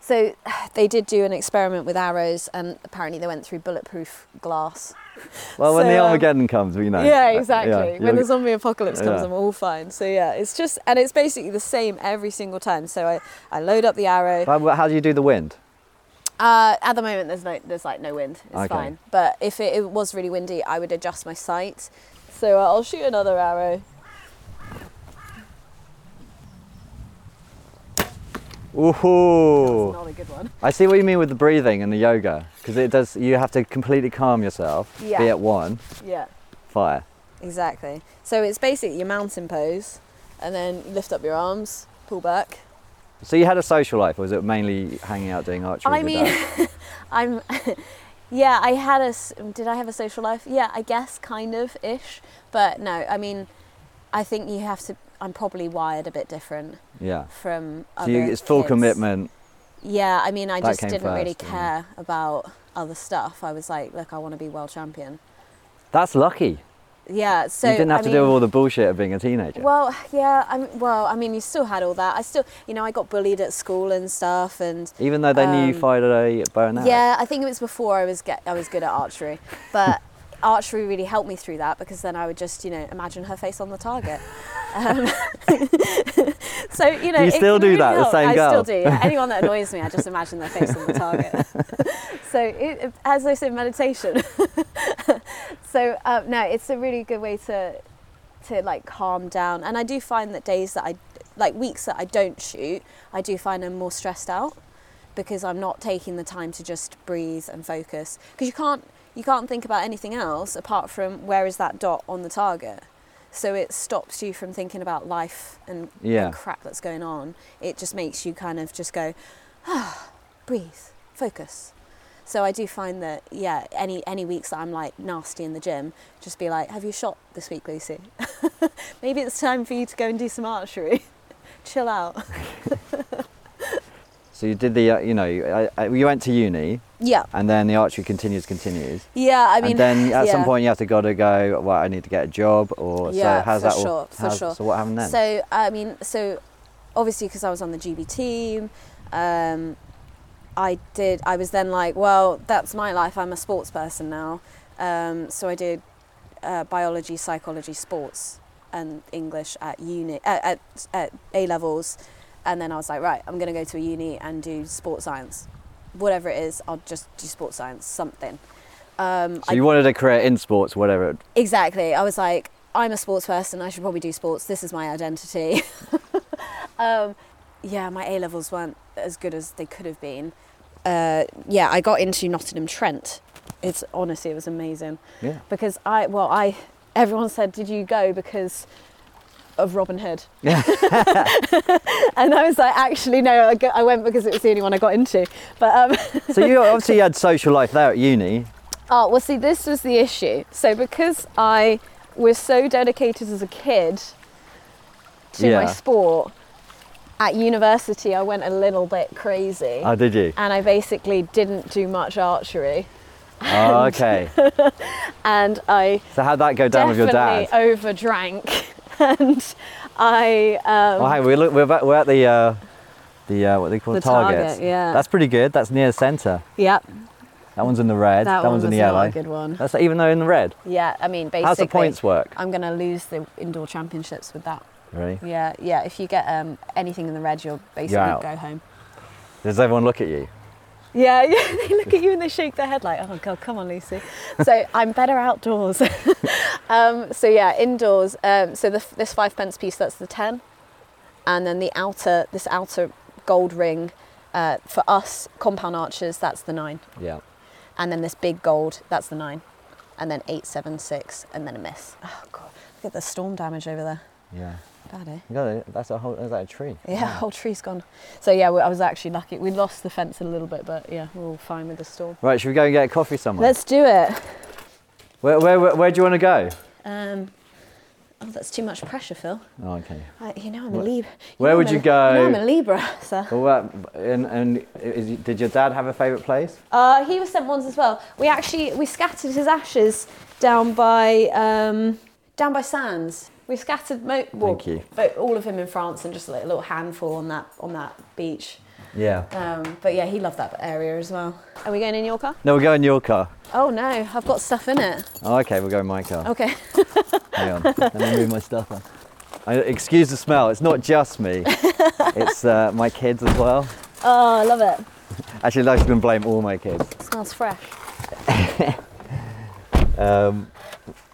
B: So [sighs] they did do an experiment with arrows, and apparently they went through bulletproof glass.
A: Well, when
B: So,
A: the
B: um,
A: Armageddon comes, we know.
B: Yeah, exactly. when the
A: you'll-
B: zombie apocalypse comes,
A: Yeah.
B: I'm all fine. So yeah, it's just and it's basically the same every single time. So I, I load up the arrow.
A: How, how do you do the wind?
B: Uh, at the moment, there's no there's like no wind. It's
A: Okay.
B: fine. But if it, it was really windy, I would adjust my sight. So uh, I'll shoot another arrow.
A: Ooh.
B: Not a good one.
A: I see what you mean with the breathing and the yoga, because it does. You have to completely calm yourself.
B: Yeah.
A: Be at one.
B: Yeah,
A: Fire.
B: exactly. So it's basically your mountain pose, and then lift up your arms, pull back.
A: So you had a social life, or was it mainly hanging out doing archery?
B: I
A: with
B: mean,
A: your dad?
B: I'm [laughs] Yeah, I had a. s- Did I have a social life? Yeah, I guess kind of ish. But no, I mean, I think you have to. I'm probably wired a bit different [laughs]
A: Yeah.
B: from.
A: So
B: other
A: you, it's full
B: kids.
A: commitment.
B: Yeah, I mean, I
A: That
B: just
A: came
B: didn't really
A: first, yeah.
B: care about other stuff. I was like, look, I want to be world champion.
A: That's lucky.
B: Yeah, so
A: you didn't have
B: I
A: to
B: mean-
A: deal with all the bullshit of being a teenager.
B: Well, yeah, I mean, well, I mean, you still had all that. I still, you know, I got bullied at school and stuff, and
A: Even though they knew you
B: um,
A: fired a bow and arrow.
B: yeah, I think it was before I was get, I was good at archery, but archery really helped me through that because then I would just, you know, imagine her face on the target. Um, [laughs] so you know,
A: Do you
B: it
A: still
B: can
A: do
B: really
A: that, the
B: help.
A: same
B: I
A: girl?
B: still
A: [laughs]
B: do. yeah. Anyone that annoys me, I just imagine their face on the target. so it, it- as I said, meditation. [laughs] so um, no, it's a really good way to to like calm down. And I do find that days that I like weeks that I don't shoot, I do find I'm more stressed out because I'm not taking the time to just breathe and focus because you can't you can't think about anything else apart from where is that dot on the target. So it stops you from thinking about life and,
A: Yeah.
B: and crap that's going on. It just makes you kind of just go, ah, breathe, focus. So I do find that yeah, any any weeks that I'm like nasty in the gym, just be like, have you shot this week, Lucy? [laughs] Maybe it's time for you to go and do some archery. [laughs] Chill out.
A: So you did the, uh, you know, you- I, I, you went to uni,
B: Yeah,
A: and then the archery continues, continues.
B: yeah. I mean,
A: and
B: [laughs]
A: then at some
B: yeah.
A: point you have to got to go. Well, I need to get a job, or
B: Yeah,
A: so how's
B: for
A: that? all-
B: sure, for
A: how's-
B: sure.
A: So what happened then?
B: So I mean, so obviously because I was on the GB team, um, I did. I was then like, well, that's my life. I'm a sports person now. Um, so I did uh, biology, psychology, sports, and English at uni at, at, at A levels, and then I was like, right, I'm going to go to a uni and do sports science, whatever it is. I'll just do sports science, something. Um,
A: So you wanted a career in sports, whatever. it-
B: Exactly. I was like, I'm a sports person. I should probably do sports. This is my identity. [laughs] um, yeah, my A levels weren't as good as they could have been. Uh, yeah, I got into Nottingham Trent. It's honestly, it was amazing
A: Yeah.
B: because I well I everyone said did you go because of Robin Hood [laughs]
A: Yeah. [laughs]
B: and I was like actually no I, go, I went because it was the only one I got into but um,
A: so you obviously had social life there at uni.
B: Oh, well, see, this was the issue. So, because I was so dedicated as a kid to
A: Yeah.
B: my sport, at university I went a little bit crazy.
A: Oh, did you?
B: and I basically didn't do much archery.
A: Oh,
B: [laughs]
A: okay.
B: And I
A: So how'd that go down with your
B: definitely
A: dad?
B: overdrank. [laughs] and I. Um,
A: Oh, hey, we look, we're, back, we're at the, uh, the uh, what they call
B: The
A: targets.
B: target, yeah.
A: That's pretty good. That's near centre.
B: yep.
A: That one's in the red.
B: That,
A: That,
B: one
A: one's
B: was
A: in the
B: not
A: yellow.
B: a good one.
A: That's even though in the red.
B: Yeah, I mean, basically.
A: How's the points work?
B: I'm going to lose the indoor championships with that.
A: Really?
B: Yeah, yeah. If you get um, anything in the red, you'll basically
A: out.
B: go home.
A: Does everyone look at you?
B: Yeah, [laughs] yeah, they look at you and they shake their head like, oh god, come on, Lucy. So I'm better outdoors. [laughs] um, so yeah, indoors. Um, so the, this five pence piece, that's the ten, and then the outer, this outer gold ring, uh, for us compound archers, that's the nine,
A: Yeah.
B: and then this big gold, that's the nine, and then eight, seven, six, and then a miss. Oh god, look at the storm damage over there.
A: Yeah.
B: Bad, eh?
A: You got it. That's a whole. That's like a tree.
B: Yeah, whole tree's gone. So yeah, we- I was actually lucky. We lost the fence a little bit, but yeah, we're all fine with the storm.
A: Right. Should we go and get coffee somewhere?
B: Let's do it.
A: Where, where, where, where do you want to go?
B: Um, oh, that's too much pressure, Phil.
A: Oh, okay.
B: I, you know I'm a Libra.
A: where would you go?
B: I'm a Libra, [laughs] so.
A: Well, what, and, and is, did your dad have a favourite place?
B: Uh, he was sent ones as well. We actually we scattered his ashes down by um, down by Sands. We scattered mo- well,
A: Thank you.
B: but all of him in France and just like a little handful on that on that beach.
A: Yeah.
B: Um, but yeah, he loved that area as well. Are we going in your car?
A: No, we'll go in your car.
B: Oh no, I've got stuff in it.
A: Oh, okay, we'll go in my car.
B: Okay.
A: Hang on. Let me move my stuff on. I, excuse the smell. It's not just
B: [laughs]
A: me. it's uh, my kids as well.
B: [laughs] Oh, I love it.
A: Actually, I can blame all my kids.
B: Smells fresh.
A: Um,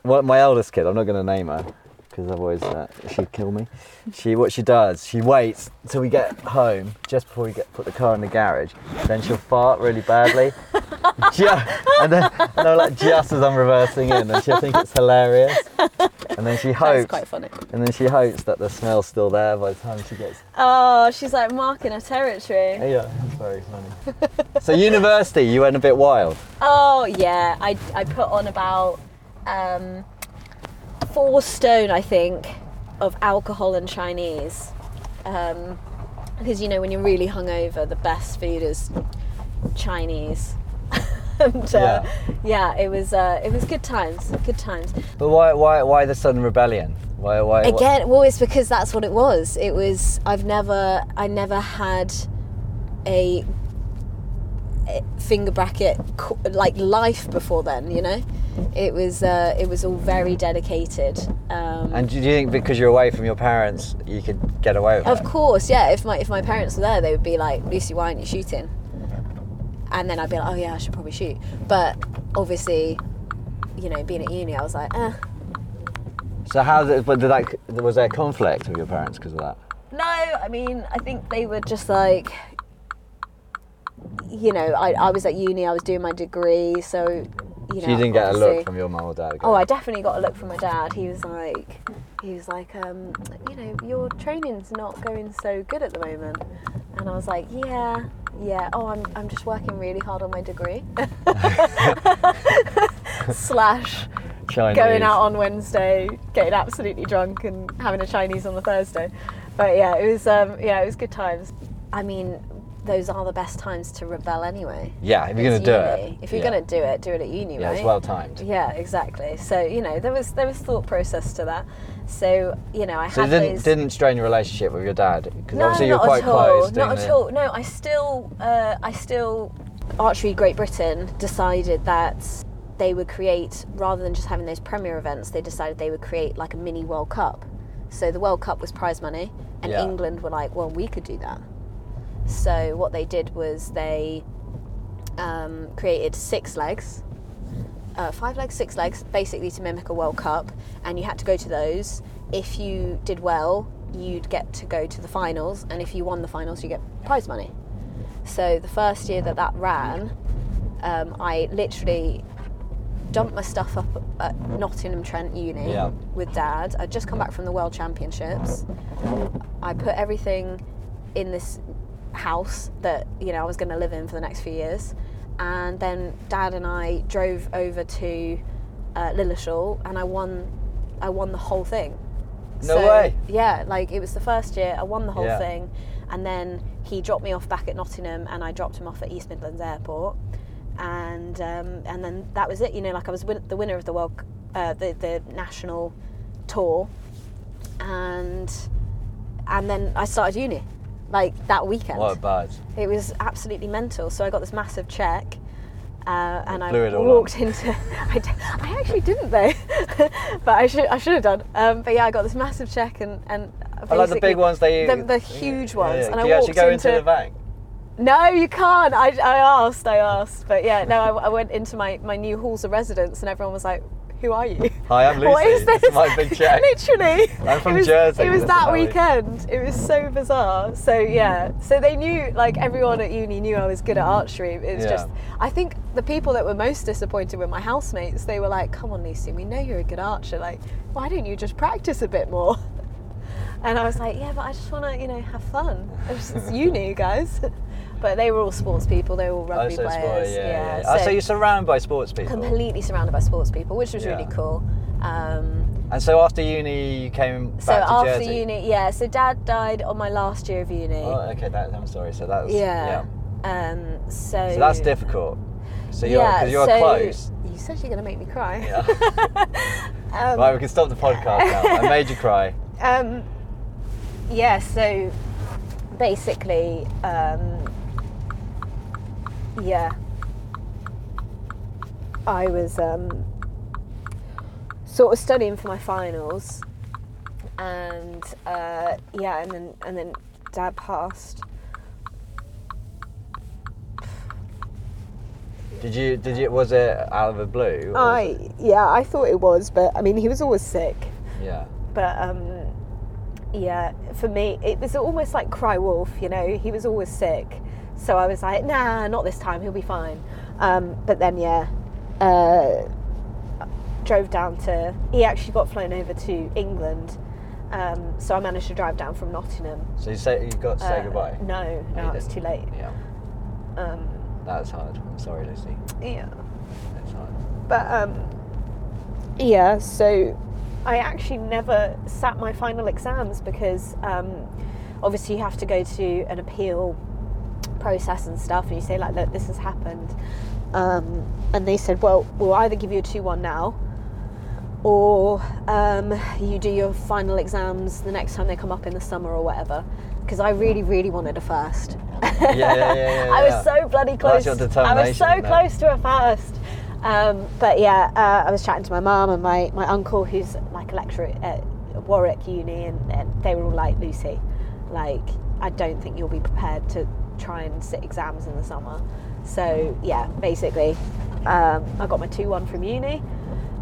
A: well, my eldest kid, I'm not going to name her because otherwise uh, she'd kill me. She, what she does, she waits till we get home, just before we get put the car in the garage. Then she'll fart really
B: [laughs]
A: badly, Ju- and then and I'm like just as I'm reversing in, and she'll think it's hilarious. and then she
B: That's
A: hopes,
B: quite funny.
A: and then she hopes that the smell's still there by the time she gets.
B: Oh, she's like marking her territory.
A: Yeah, that's very funny. so university, you went a bit wild.
B: Oh yeah, I, I put on about um, four stone, I think, of alcohol and Chinese. Um, because you know when you're really hungover, the best food is Chinese. [laughs] and uh,
A: Yeah.
B: yeah, it was uh, it was good times, good times.
A: But why, why, why the sudden rebellion? Why, why? why-
B: Again, well, it's because that's what it was. It was I've never I never had a a finger bracket co- like life before then. You know, it was uh, it was all very dedicated. Um,
A: And do you think because you're away from your parents, you could get away with
B: of
A: it?
B: course, yeah. If my if my parents were there, they would be like, Lucy, why aren't you shooting? And then I'd be like, oh yeah, I should probably shoot. But obviously, you know, being at uni, I was like, eh.
A: So how did, but did that, was there conflict with your parents because of that?
B: No, I mean, I think they were just like, you know, I, I was at uni, I was doing my degree, so, you know.
A: so you didn't get a look
B: obviously-
A: from your mum or dad?
B: Oh, I definitely got a look from my dad. He was like, he was like, um, you know, your training's not going so good at the moment. And I was like, yeah, yeah. Oh, I'm, I'm just working really hard on my degree. [laughs] Slash
A: Chinese.
B: going out on Wednesday, getting absolutely drunk, and having a Chinese on the Thursday. But yeah, it was um, yeah, it was good times. I mean, those are the best times to rebel anyway.
A: Yeah, if you're
B: It's
A: going to do
B: uni.
A: it.
B: if you're
A: yeah.
B: gonna do it, do it at uni,
A: Yeah,
B: right?
A: it's well timed.
B: Yeah, exactly. So you know, there was there was thought process to that. So you know, I
A: So it
B: had
A: didn't,
B: those.
A: didn't strain your relationship with your dad? Because
B: no,
A: obviously you're
B: not
A: quite
B: at all.
A: close.
B: not
A: didn't
B: at
A: you?
B: all. No, I still, uh, I still, Archery Great Britain decided that they would create rather than just having those premier events, they decided they would create like a mini World Cup. So the World Cup was prize money, and
A: Yeah.
B: England were like, well, we could do that. So what they did was they um, created six legs, uh, five legs, six legs, basically to mimic a World Cup, and you had to go to those. If you did well, you'd get to go to the finals, and if you won the finals, you get prize money. So the first year that that ran, um, I literally dumped my stuff up at Nottingham Trent Uni
A: Yeah.
B: with Dad. I'd just come back from the World Championships. I put everything in this house that you know I was going to live in for the next few years, and then Dad and I drove over to uh, Lillishall, and I won. I won the whole thing.
A: No way.
B: Yeah, like it was the first year I won the whole
A: Yeah.
B: thing, and then he dropped me off back at Nottingham, and I dropped him off at East Midlands Airport, and um, and then that was it. You know, like I was win- the winner of the world, C- uh, the the national tour, and and then I started uni, like that weekend.
A: What a bad.
B: It was absolutely mental. So I got this massive check. Uh, and I
A: blew it all
B: walked
A: up.
B: into. [laughs] I, d- I actually didn't though, [laughs] but I should I should have done. Um, but yeah, I got this massive check and and
A: I like the
B: basically-
A: big ones they
B: the, the huge
A: Yeah,
B: ones.
A: yeah.
B: And
A: Do
B: I
A: you
B: walked
A: actually go into, the bank?
B: no, you can't. I, I asked, I asked. But yeah, no, I, I went into my, my new halls of residence and everyone was like, who are you?
A: Hi, I'm
B: [laughs] What
A: Lucy.
B: is this?
A: It's my
B: [laughs]
A: big check.
B: Literally.
A: I'm from
B: it was,
A: Jersey.
B: It was
A: That's
B: that
A: how we-
B: weekend. It was so bizarre. So yeah. So they knew, like everyone at uni knew I was good at archery. It was
A: Yeah.
B: just, I think the people that were most disappointed were my housemates. They were like, come on, Lucy, we know you're a good archer. Like, why don't you just practice a bit more? And I was like, yeah, but I just want to, you know, have fun. It's
A: [laughs]
B: just uni, guys. But they were all sports people. They were all
A: Oh,
B: rugby
A: so it's
B: players.
A: for- yeah, yeah. Oh, so you're surrounded by sports people.
B: completely surrounded by sports people, which was really
A: Yeah.
B: cool. Um,
A: And so after uni, you came back
B: so
A: to
B: after
A: Jersey.
B: uni, yeah. So dad died on my last year of uni.
A: Oh, okay, that, I'm sorry. So that's
B: yeah. Um, so.
A: So that's difficult. So you're because you're
B: so-
A: close.
B: You said you're gonna make me cry.
A: Yeah.
B: [laughs] um,
A: right, we can stop the podcast now. I made you
B: [laughs]
A: cry.
B: um, yeah, so basically, um, yeah, I was um, sort of studying for my finals, and uh, yeah, and then and then Dad passed.
A: Did you? Did you? Was it out of the blue? or was
B: I
A: it-
B: yeah, I thought it was, but I mean, he was always sick.
A: Yeah.
B: but um, yeah, for me, it was almost like Cry Wolf, you know, he was always sick. So I was like, nah, not this time, he'll be fine. Um, but then, yeah, uh,
C: drove down to. He actually got flown over to England, um, so I managed to drive down from Nottingham.
A: So you say you've got to say
C: Uh,
A: goodbye.
C: No,
A: Oh,
C: no,
A: you
C: it's
A: did.
C: too late.
A: Yeah,
C: Um,
A: that's hard. I'm sorry, Lucy.
C: yeah.
A: That's
B: [laughs]
A: hard.
C: But um, yeah, so I actually never sat my final exams because um, obviously you have to go to an appeal process and stuff, and you say like, look, this has happened, um, and they said, well, we'll either give you a two-one now. Or um, you do your final exams the next time they come up in the summer or whatever. Because I really, really wanted a first.
A: Yeah, yeah, yeah, yeah,
C: I
A: yeah.
C: was so bloody close.
A: That's your
C: I was
A: determination,
C: so
A: isn't it?
C: close close to a first. Um, but yeah, uh, I was chatting to my mum and my, my uncle, who's like a lecturer at Warwick Uni, and, and they were all like, Lucy, like, I don't think you'll be prepared to try and sit exams in the summer. So yeah, basically, um, I got my 2 1 from uni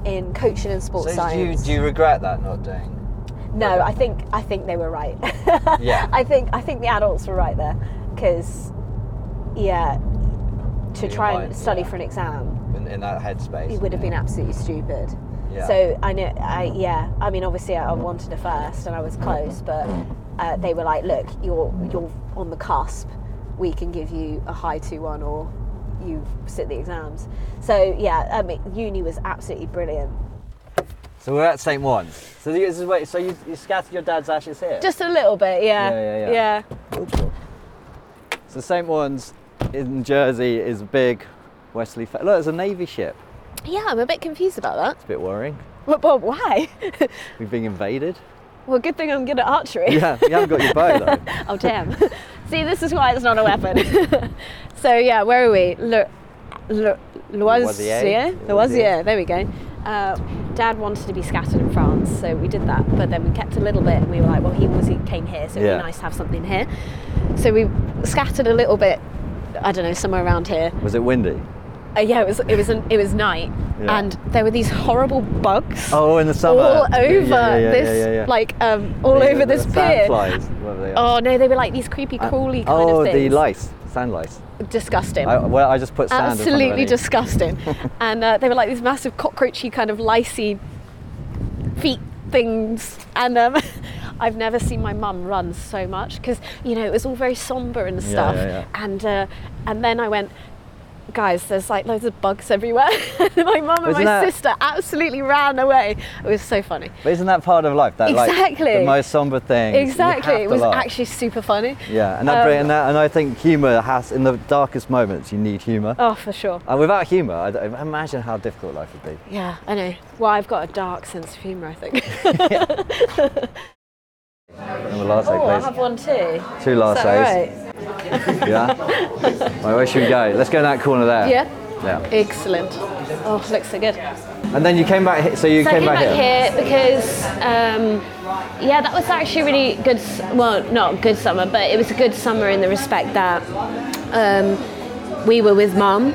C: in coaching and sports
A: so
C: science.
A: do you do you regret that not doing?
C: No, I think I think they were right. [laughs]
A: Yeah.
C: I think I think the adults were right there because, yeah, to
A: your
C: try
A: mind,
C: and study
A: yeah.
C: for an exam,
A: In, in that headspace.
C: it would have been absolutely stupid.
A: Yeah.
C: So I know, I yeah. I mean, obviously, I wanted a first, and I was close, but uh, they were like, "Look, you're you're on the cusp. We can give you a high two one, or you sit the exams." So yeah, I mean, uni was absolutely brilliant.
A: So we're at St. Juan's. So you- this is wait. So you, you scattered your dad's ashes here.
C: Just a little bit, yeah,
A: Yeah, yeah, yeah. so St. Juan's in Jersey is a big Wesley. Fa- Look, there's a navy ship.
B: Yeah, I'm a bit confused about that.
A: It's a bit worrying.
B: But, but why? [laughs]
A: We've been invaded. [laughs]
B: well, good thing I'm good at archery. [laughs]
A: Yeah, you haven't got your bow though.
B: Oh damn! [laughs] See, this is why it's not a weapon. [laughs] so yeah, where are we? Le, Le, Loisier.
A: Loisier.
B: Loisier. There we go. Uh, Dad wanted to be scattered in France, so we did that. But then we kept a little bit, and we were like, well, he was he came here, so it'd
A: Yeah.
B: be nice to have something here. So we scattered a little bit. I don't know, somewhere around here.
A: Was it windy?
B: Uh, yeah, it was it was an, it was night,
A: Yeah.
B: and there were these horrible bugs.
A: Oh, in the summer.
B: All
A: Yeah, yeah,
B: over
A: yeah, yeah,
B: this,
A: yeah, yeah.
B: like, um, all
A: The-
B: over
A: the
B: this pier.
A: Sandflies. whatever they are.
B: Oh no, they were like these creepy crawly kind
A: oh,
B: of
A: the
B: things.
A: lice, sand lice.
B: Disgusting.
A: I, well, I just put sand. in front of
B: Absolutely
A: any- [laughs]
B: disgusting. and uh, they were like these massive cockroachy kind of licey feet things. And um, [laughs] I've never seen my mum run so much because you know it was all very somber and stuff.
A: yeah, yeah.
B: And uh, and then I went. Guys, there's like loads of bugs everywhere. [laughs] my mum and
A: Wasn't
B: my
A: that-
B: sister absolutely ran away. It was so funny.
A: But isn't that part of life? That like
B: Exactly.
A: the most somber thing. you
B: Exactly,
A: have
B: it
A: to
B: was
A: laugh.
B: actually super funny.
A: Yeah, and that,
B: Um,
A: bring, and, that, and I think humour has in the darkest moments you need humour.
B: Oh, for sure.
A: And without humour, I don't, imagine how difficult life would be.
B: Yeah, I know. Well, I've got a dark sense of humour, I think. [laughs]
A: And the last
B: oh, I
A: place.
B: have one too.
A: Two last
B: Is that all right?
A: [laughs] Yeah. right, where should we go? Let's go in that corner there.
B: Yeah.
A: Yeah.
B: Excellent. Oh, looks so good. So
A: And then you came back. Here, so you
B: I
A: came back, here.
B: because, um, yeah, that was actually really good. s- Well, not good summer, but it was a good summer in the respect that um, we were with mum.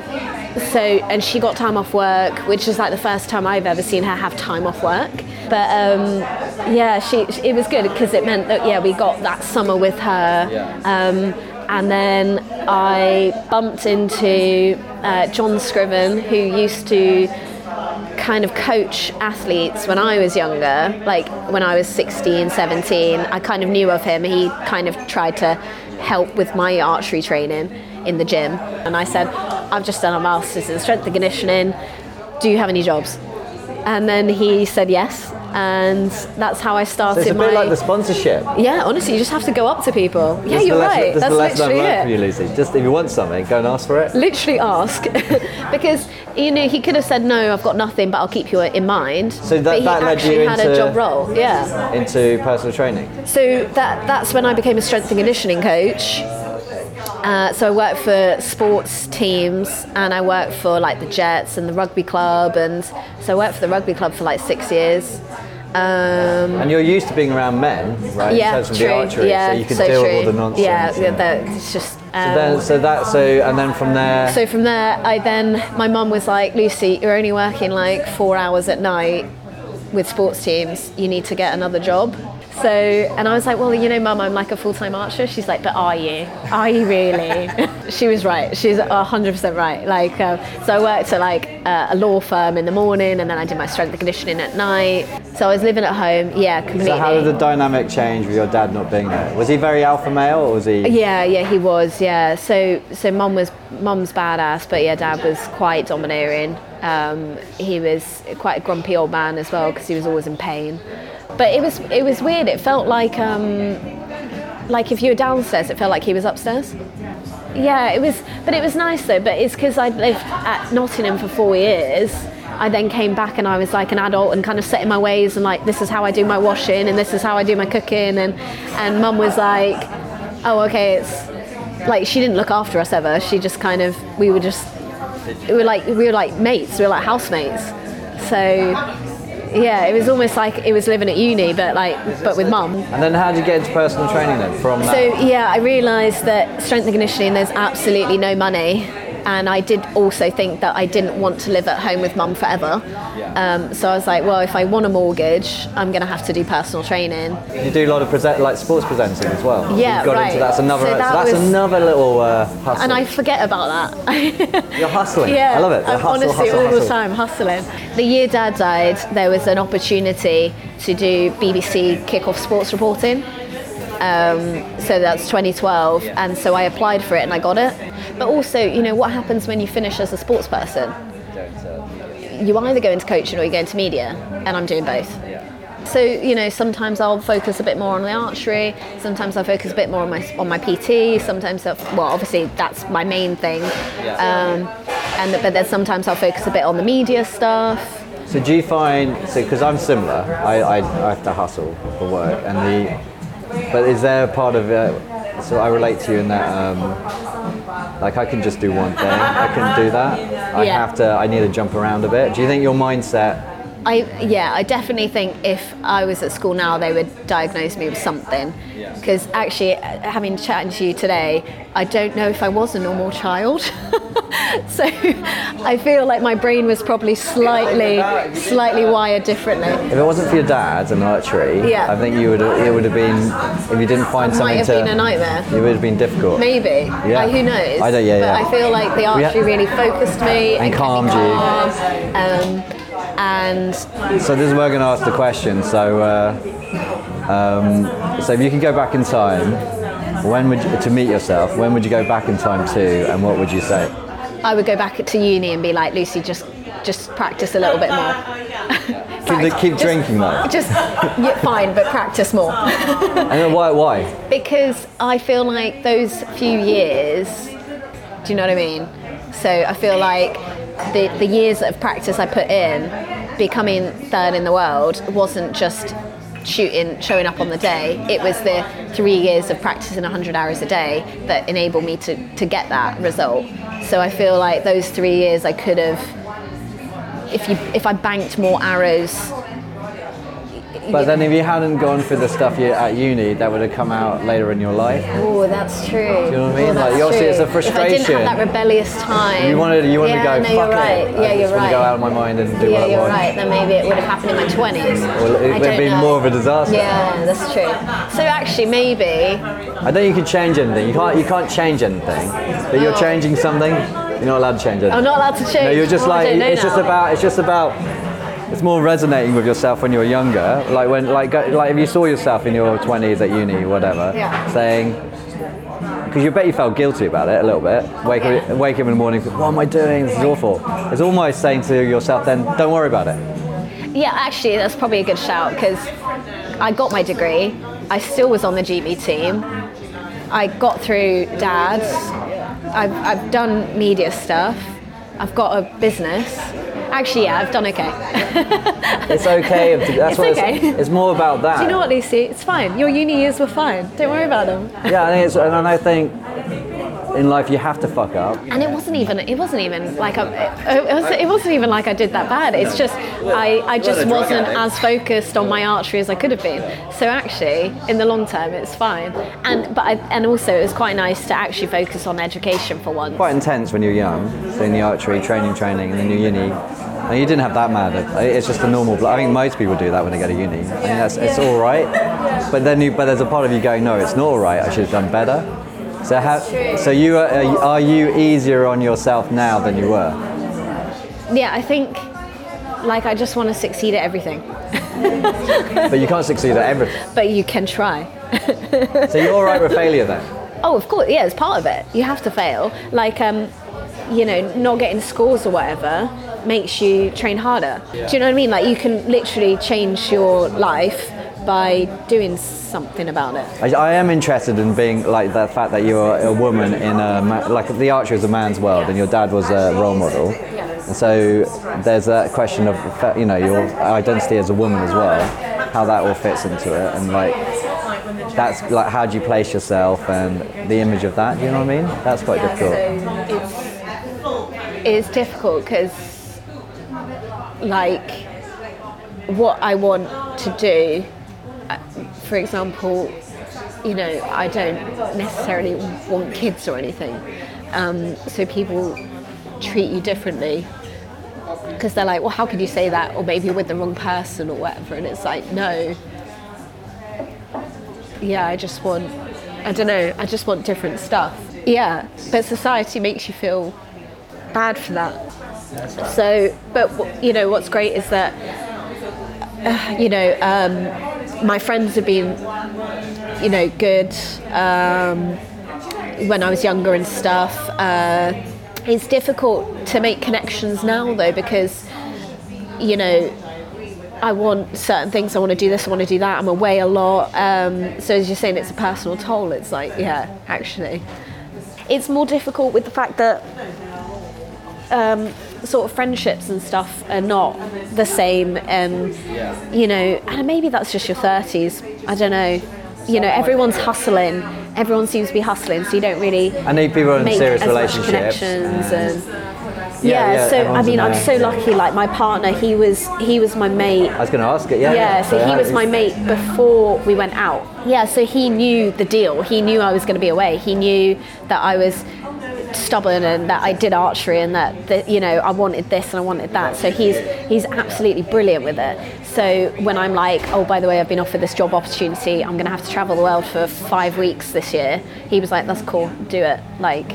B: So, and she got time off work, which is like the first time I've ever seen her have time off work. But um, yeah, she it was good because it meant that yeah, we got that summer with her. Um, and then I bumped into uh, John Scriven, who used to kind of coach athletes when I was younger, like when I was 16, 17. I kind of knew of him. He kind of tried to help with my archery training in the gym. And I said, I've just done a master's in strength and conditioning. Do you have any jobs? And then he said yes. And that's how I
A: So
B: started
A: it's a
B: my.
A: bit like the sponsorship.
B: yeah, honestly, you just have to go up to people. Yeah,
A: Just
B: you're
A: the lesson-
B: right.
A: just
B: That's
A: the lesson I've
B: literally
A: learned
B: it
A: from you, Lucy. Just if you want something, go and ask for it.
B: literally ask [laughs] because you know he could have said no i've got nothing but i'll keep you in mind
A: So that-
B: but he
A: that led
B: actually
A: you
B: had
A: into-
B: a job role yeah
A: Into personal training.
B: so that that's when i became a strength and conditioning coach uh, so i worked for sports teams and i worked for like the jets and the rugby club and so i worked for the rugby club for like six years um,
A: And you're used to being around men, right?
B: yeah
A: in terms of
B: true
A: the archery,
B: yeah
A: so you can
B: so
A: deal
B: true
A: with all the nonsense.
B: yeah,
A: you know.
B: that- it's just
A: So
B: um,
A: then, so that, so and then from there.
B: So from there, I then my mum was like, Lucy, you're only working like four hours at night with sports teams. You need to get another job. So, and I was like, well, you know, mum, I'm like a full time archer. She's like, but are you? Are you really? [laughs] she was right. She's 100% right. Like, uh, so I worked at like uh, a law firm in the morning and then I did my strength and conditioning at night. So I was living at home. Yeah, completely.
A: So how did the dynamic change with your dad not being there? Was he very alpha male or was he?
B: Yeah, yeah, he was. Yeah, so so mum was mum's badass, but yeah, dad was quite domineering. Um, he was quite a grumpy old man as well because he was always in pain. But it was it was weird. It felt like um, like if you were downstairs, it felt like he was upstairs. Yeah, it was, but it was nice though. But it's because I lived at Nottingham for four years. I then came back and I was like an adult and kind of set in my ways and like this is how I do my washing and this is how I do my cooking and and mum was like, oh okay, it's like she didn't look after us ever. She just kind of we were just we were like we were like mates. We were like housemates. So yeah, it was almost like it was living at uni, but like but with mum.
A: And then how did you get into personal training then? From that?
B: So yeah, I realised that strength and conditioning there's absolutely no money, and I did also think that I didn't want to live at home with mum forever. Um, so I was like, well, if I want a mortgage, I'm going to have to do personal training.
A: You do a lot of present, like sports presenting as well.
B: Yeah,
A: you got
B: right.
A: into that's another
B: So that
A: that's
B: was-
A: another little uh, hustle.
B: And I forget about that. [laughs]
A: You're hustling.
B: Yeah,
A: I love it. The
B: I'm
A: hustle,
B: honestly
A: hustle,
B: all
A: hustle.
B: the time hustling. The year Dad died, there was an opportunity to do BBC kick-off sports reporting. Um, so that's 2012, and so I applied for it and I got it. But also, you know, what happens when you finish as a sports person? You either go into coaching or you go into media, and I'm doing both. So you know, sometimes I'll focus a bit more on the archery. Sometimes I'll focus a bit more on my on my PT. Sometimes, I'll, well, obviously that's my main thing. Um, and but then sometimes I'll focus a bit on the media stuff.
A: So do you find so because I'm similar, I, I, I have to hustle for work and the but is there a part of it so I relate to you in that um, like I can just do one thing, I can do that. I
B: Yeah.
A: have to I need to jump around a bit. Do you think your mindset
B: I yeah, I definitely think if I was at school now, they would diagnose me with something. Because actually, uh, having chatting to you today, I don't know if I was a normal child. [laughs] so I feel like my brain was probably slightly slightly wired differently.
A: if it wasn't for your dad and archery,
B: Yeah.
A: I think you would have- it would have been if you didn't find something
B: Might have
A: to
B: been a nightmare.
A: It would have been difficult.
B: Maybe.
A: Yeah.
B: Like, who knows?
A: I don't- yeah,
B: but
A: yeah.
B: I feel like the archery
A: Yeah.
B: really focused me
A: And
B: kept me
A: calmed you.
B: calm. Um, and
A: So this is where I'm going to ask the question. So, uh, um, so if you could go back in time, when would you, to meet yourself? When would you go back in time to, and what would you say?
B: I would go back to uni and be like, Lucy, just just practice a little bit more. [laughs]
A: Keep, keep
B: Just-
A: drinking though.
B: Just yeah, fine, but practice more.
A: And then why? Why?
B: because I feel like those few years, do you know what I mean? So I feel like the, the years of practice I put in, becoming third in the world, wasn't just shooting, showing up on the day. It was the three years of practicing 100 hours a day that enabled me to, to get that result. So I feel like those three years I could have, if, you, if I banked more arrows
A: But then if you hadn't gone through the stuff you, at uni, that would have come out later in your life.
B: Oh, that's true. Do you
A: know what I mean? Like, obviously it's a
B: If I didn't
A: frustration.
B: have that rebellious time.
A: You wanted, you wanted
B: yeah,
A: to go.
B: No,
A: Fuck
B: you're
A: it.
B: right.
A: I
B: Yeah,
A: just
B: you're
A: want
B: right.
A: to go out of my mind and do
B: yeah,
A: what I
B: you're
A: want.
B: right. Then maybe it would have happened in my twenties.
A: Well, it would have been more of a disaster.
B: Yeah, that's true. So actually, maybe
A: I don't think you can change anything. You can't. You can't change anything. But you're
B: No.
A: changing something. You're not allowed to change anything.
B: I'm not allowed to change.
A: No, you're just
B: Oh, I
A: like
B: don't know
A: it's
B: now.
A: just about it's just about it's more resonating with yourself when you were younger. Like when like go- like if you saw yourself in your twenties at uni, whatever,
B: Yeah.
A: saying because you bet you felt guilty about it a little bit. Wake up, wake up in the morning. What am I doing? This is awful. It's almost saying to yourself, then don't worry about it.
B: Yeah, actually, that's probably a good shout because I got my degree. I still was on the GB team. I got through dad's. I've, I've done media stuff. I've got a business. Actually, yeah, I've done okay. [laughs]
A: It's okay. That's
B: It's
A: what
B: okay.
A: It's, it's more about that.
B: Do you know what, Lucy? It's fine. Your uni years were fine. Don't worry about them.
A: Yeah, I think it's, and I think in life you have to fuck up.
B: And it wasn't even. It wasn't even like I. It, was, it wasn't even like I did that bad. It's just I. I just wasn't as focused on my archery as I could have been. So actually, in the long term, it's fine. And but I, and also it was quite nice to actually focus on education for once.
A: Quite intense when you're young, so in the archery, training, training, and then you're uni. And you didn't have that mad. It's just a normal. blo- I think most people do that when they go to uni. I think that's it's all right. But then you, but there's a part of you going, no, it's not all right. I should have done better. So how, so you are, are you- are you easier on yourself now than you were?
B: Yeah, I think like I just want to succeed at everything,
A: But you can't succeed at everything.
B: but you can try.
A: So you're all right with failure then.
B: Oh, of course, yeah, it's part of it. You have to fail. Like, um, you know, not getting scores or whatever makes you train harder. Do you know what I mean? Like, you can literally change your life by doing something about it.
A: I, I am interested in being like the fact that you're a woman in a ma- like the archer is a man's world, and your dad was a role model. And so there's that question of fe- you know your identity as a woman as well, how that all fits into it, and like that's like how do you place yourself and the image of that. Do you know what I mean? That's quite difficult.
B: It's difficult because, like, what I want to do, uh, for example, you know, I don't necessarily want kids or anything. Um, so people treat you differently because they're like, well, how could you say that? Or maybe you're with the wrong person or whatever. And it's like, no. Yeah, I just want, I don't know, I just want different stuff. Yeah, but society makes you feel bad for that. So, but w- you know, what's great is that, uh, you know, um, my friends have been, you know, good um, when I was younger and stuff. Uh, it's difficult to make connections now though because, you know, I want certain things. I want to do this. I want to do that. I'm away a lot. Um, so as you're saying, it's a personal toll. It's like, yeah, actually, it's more difficult with the fact that um, sort of friendships and stuff are not the same. Um, You know, and maybe that's just your 30s. I don't know. You know, everyone's hustling. Everyone seems to be hustling, so you don't really
A: I know people in
B: make
A: serious
B: as much
A: relationships.
B: connections and.
A: Yeah,
B: Yeah,
A: yeah,
B: so I
A: everyone's
B: mean,
A: in
B: I'm
A: there.
B: so lucky. Like my partner, he was he was my mate
A: I was going to ask it. Yeah.
B: yeah, so he
A: how-
B: was my mate before we went out. Yeah, so he knew the deal. He knew I was going to be away. He knew that I was stubborn and that I did archery and that, that you know I wanted this and I wanted that. So he's he's absolutely brilliant with it. So when I'm like, oh by the way, I've been offered this job opportunity. I'm going to have to travel the world for five weeks this year. He was like, that's cool, do it. Like,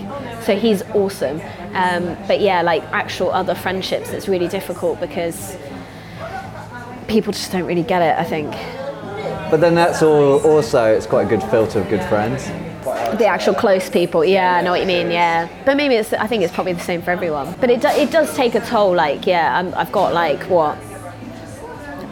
B: so he's awesome. Um, but yeah, like actual other friendships, it's really difficult because people just don't really get it. I think.
A: But then that's all. Also, it's quite a good filter of good friends.
B: the actual close people. Yeah, I know what you mean. Yeah, but maybe it's. I think it's probably the same for everyone. But it do, it does take a toll. Like, yeah, I'm, I've got like what,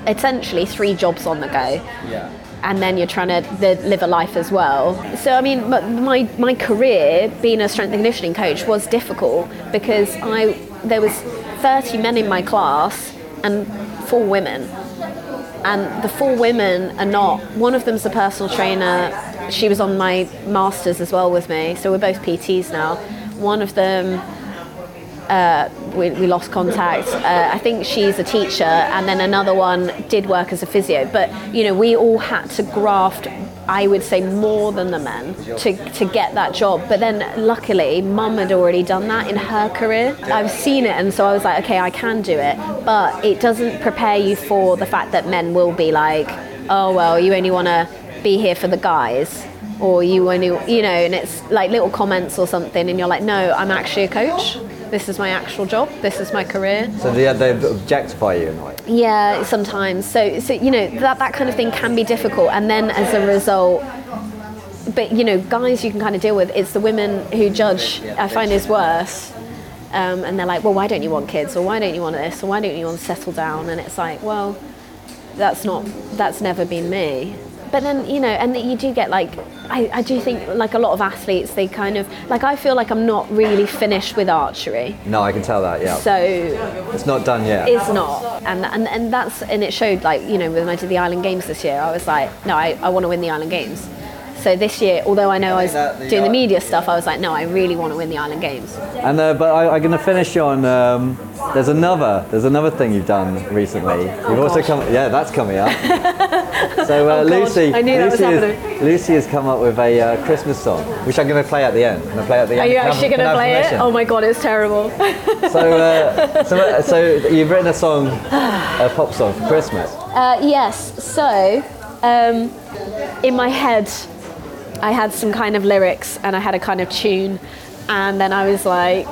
B: essentially three jobs on the go. Yeah. And then you're trying to the, live a life as well. So I mean, m- my my career being a strength and conditioning coach was difficult because I there was 30 men in my class and four women and the four women are not one of them's a personal trainer she was on my masters as well with me so we're both pts now one of them we, we lost contact. Uh, I think she's a teacher, and then another one did work as a physio. But you know, we all had to graft. I would say more than the men to, to get that job. But then luckily, mum had already done that in her career. I've seen it, and so I was like, okay, I can do it. But it doesn't prepare you for the fact that men will be like, oh, well, you only want to be here for the guys. Or you only, you know, and it's like little comments or something, and you're like, no, I'm actually a coach this is my actual job this is my career
A: So they, they objectify you in a way.
B: yeah sometimes so so you know that that kind of thing can be difficult and then as a result but you know guys you can kind of deal with it's the women who judge i find is worse um, and they're like well why don't you want kids or why don't you want this or why don't you want to settle down and it's like well that's not that's never been me but then you know and that you do get like I, I do think like a lot of athletes they kind of like i feel like i'm not really finished with archery
A: No, I can tell that. Yeah,
B: so
A: it's not done yet.
B: it's not and, and and that's and it showed like you know when i did the island games this year i was like no i, I want to win the island games So this year, although I know I was
A: that the uh,
B: doing the
A: I-
B: media stuff, I was like, no, I really want to win the Island Games.
A: And uh, but I, I'm going to finish on. Um, there's another. There's another thing you've done recently. you've also
B: Oh, gosh. Oh,
A: come. Yeah, that's coming
B: [laughs]
A: up. so uh, Lucy,
B: I knew that was
A: Lucy,
B: happening.
A: has, Lucy has come up with a uh, Christmas song, which I'm going to play at the end. Can I play at the
B: Are
A: end?
B: you
A: Can I have-
B: actually
A: can
B: going
A: I
B: to
A: have
B: play it?
A: permission?
B: Oh my god, it's terrible.
A: So, uh, so, uh, so you've written a song, a pop song for Christmas.
B: [laughs] Uh, yes. So, um, in my head, I had some kind of lyrics and I had a kind of tune, and then I was like,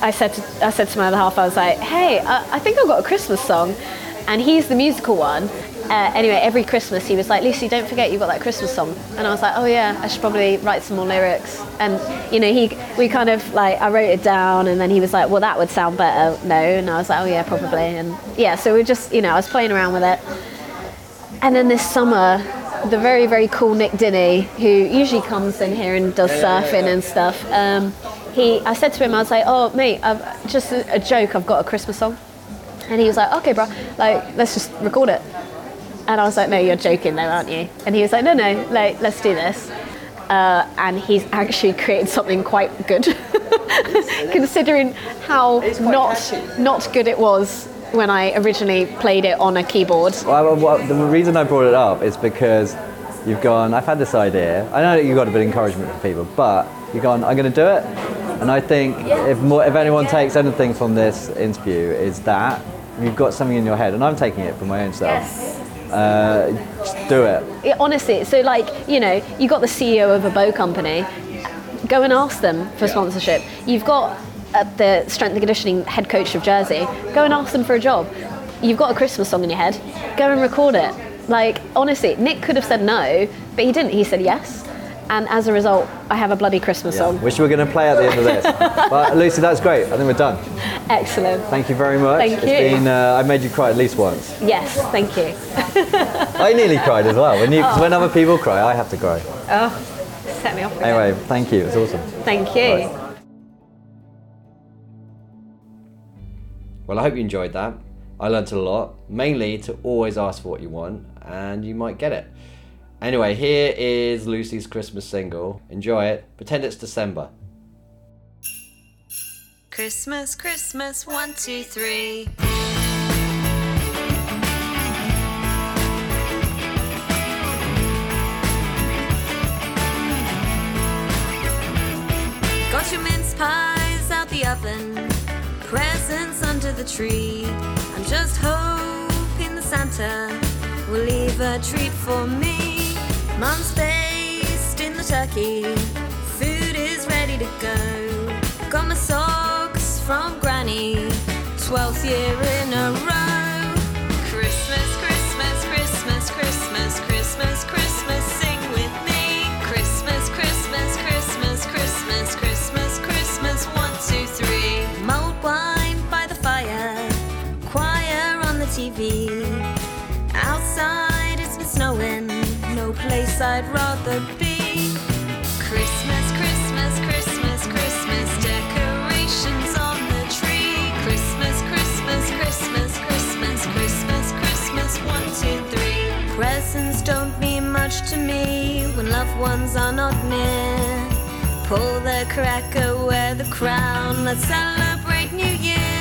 B: I said, to, I said to my other half, I was like, hey, I, I think I've got a Christmas song, and he's the musical one. Uh, anyway, every Christmas he was like, Lucy, don't forget you've got that Christmas song, and I was like, oh yeah, I should probably write some more lyrics. And you know, he, we kind of like, I wrote it down, and then he was like, well, that would sound better, no, and I was like, oh yeah, probably, and yeah, so we are just, you know, I was playing around with it. And then this summer, the very, very cool Nick Dinny, who usually comes in here and does surfing and stuff, um, he, I said to him, I was like, oh, mate, I've, just a, a joke, I've got a Christmas song. And he was like, okay, bro, like, let's just record it. And I was like, no, you're joking though, aren't you? And he was like, no, no, like, let's do this. Uh, and he's actually created something quite good, [laughs] considering how not, not good it was when I originally played it on a keyboard.
A: Well, well, well, the reason I brought it up is because you've gone, I've had this idea. I know that you got a bit of encouragement from people, but you've gone, I'm going to do it. And I think if, more, if anyone takes anything from this interview, is that you've got something in your head, and I'm taking it for my own self. Uh, just do it.
B: It- honestly, so like, you know, you got the CEO of a bow company, go and ask them for sponsorship. You've got uh, the strength and conditioning head coach of Jersey, go and ask them for a job. You've got a Christmas song in your head, go and record it. Like, honestly, Nick could have said no, but he didn't. He said yes. And as a result, I have a bloody Christmas song.
A: Which we're going to play at the end of
B: [laughs]
A: this. but Lucy, that's great. I think we're done.
B: Excellent.
A: Thank you very much.
B: Thank
A: It's
B: you.
A: been, uh, I made you cry at least once.
B: Yes, thank you.
A: I nearly cried as well. When,
B: [laughs]
A: you, 'cause when other people cry, I have to cry.
B: Oh, set me off. again.
A: Anyway, thank you. It's awesome.
B: Thank you.
D: Well, I hope you enjoyed that. I learnt a lot, mainly to always ask for what you want, and you might get it. Anyway, here is Lucy's Christmas single. Enjoy it. Pretend it's December.
E: Christmas, Christmas, one, two, three. Got your mince pies out the oven, presents under the tree. I'm just hoping that Santa will leave a treat for me. Mum's basting the turkey, food is ready to go. Got my socks from Granny, 12th year in a row. Christmas, Christmas, Christmas, Christmas, Christmas, Christmas, sing with me. Christmas, Christmas, Christmas, Christmas, Christmas, Christmas, one, two, three. Mulled wine by the fire, choir on the TV. Outside it's been snowing, no place I'd rather be. Christmas, Christmas, Christmas, Christmas, decorations on the tree. Christmas, Christmas, Christmas, Christmas, Christmas, Christmas, one, two, three. Presents don't mean much to me when loved ones are not near. Pull the cracker, wear the crown, let's celebrate New Year.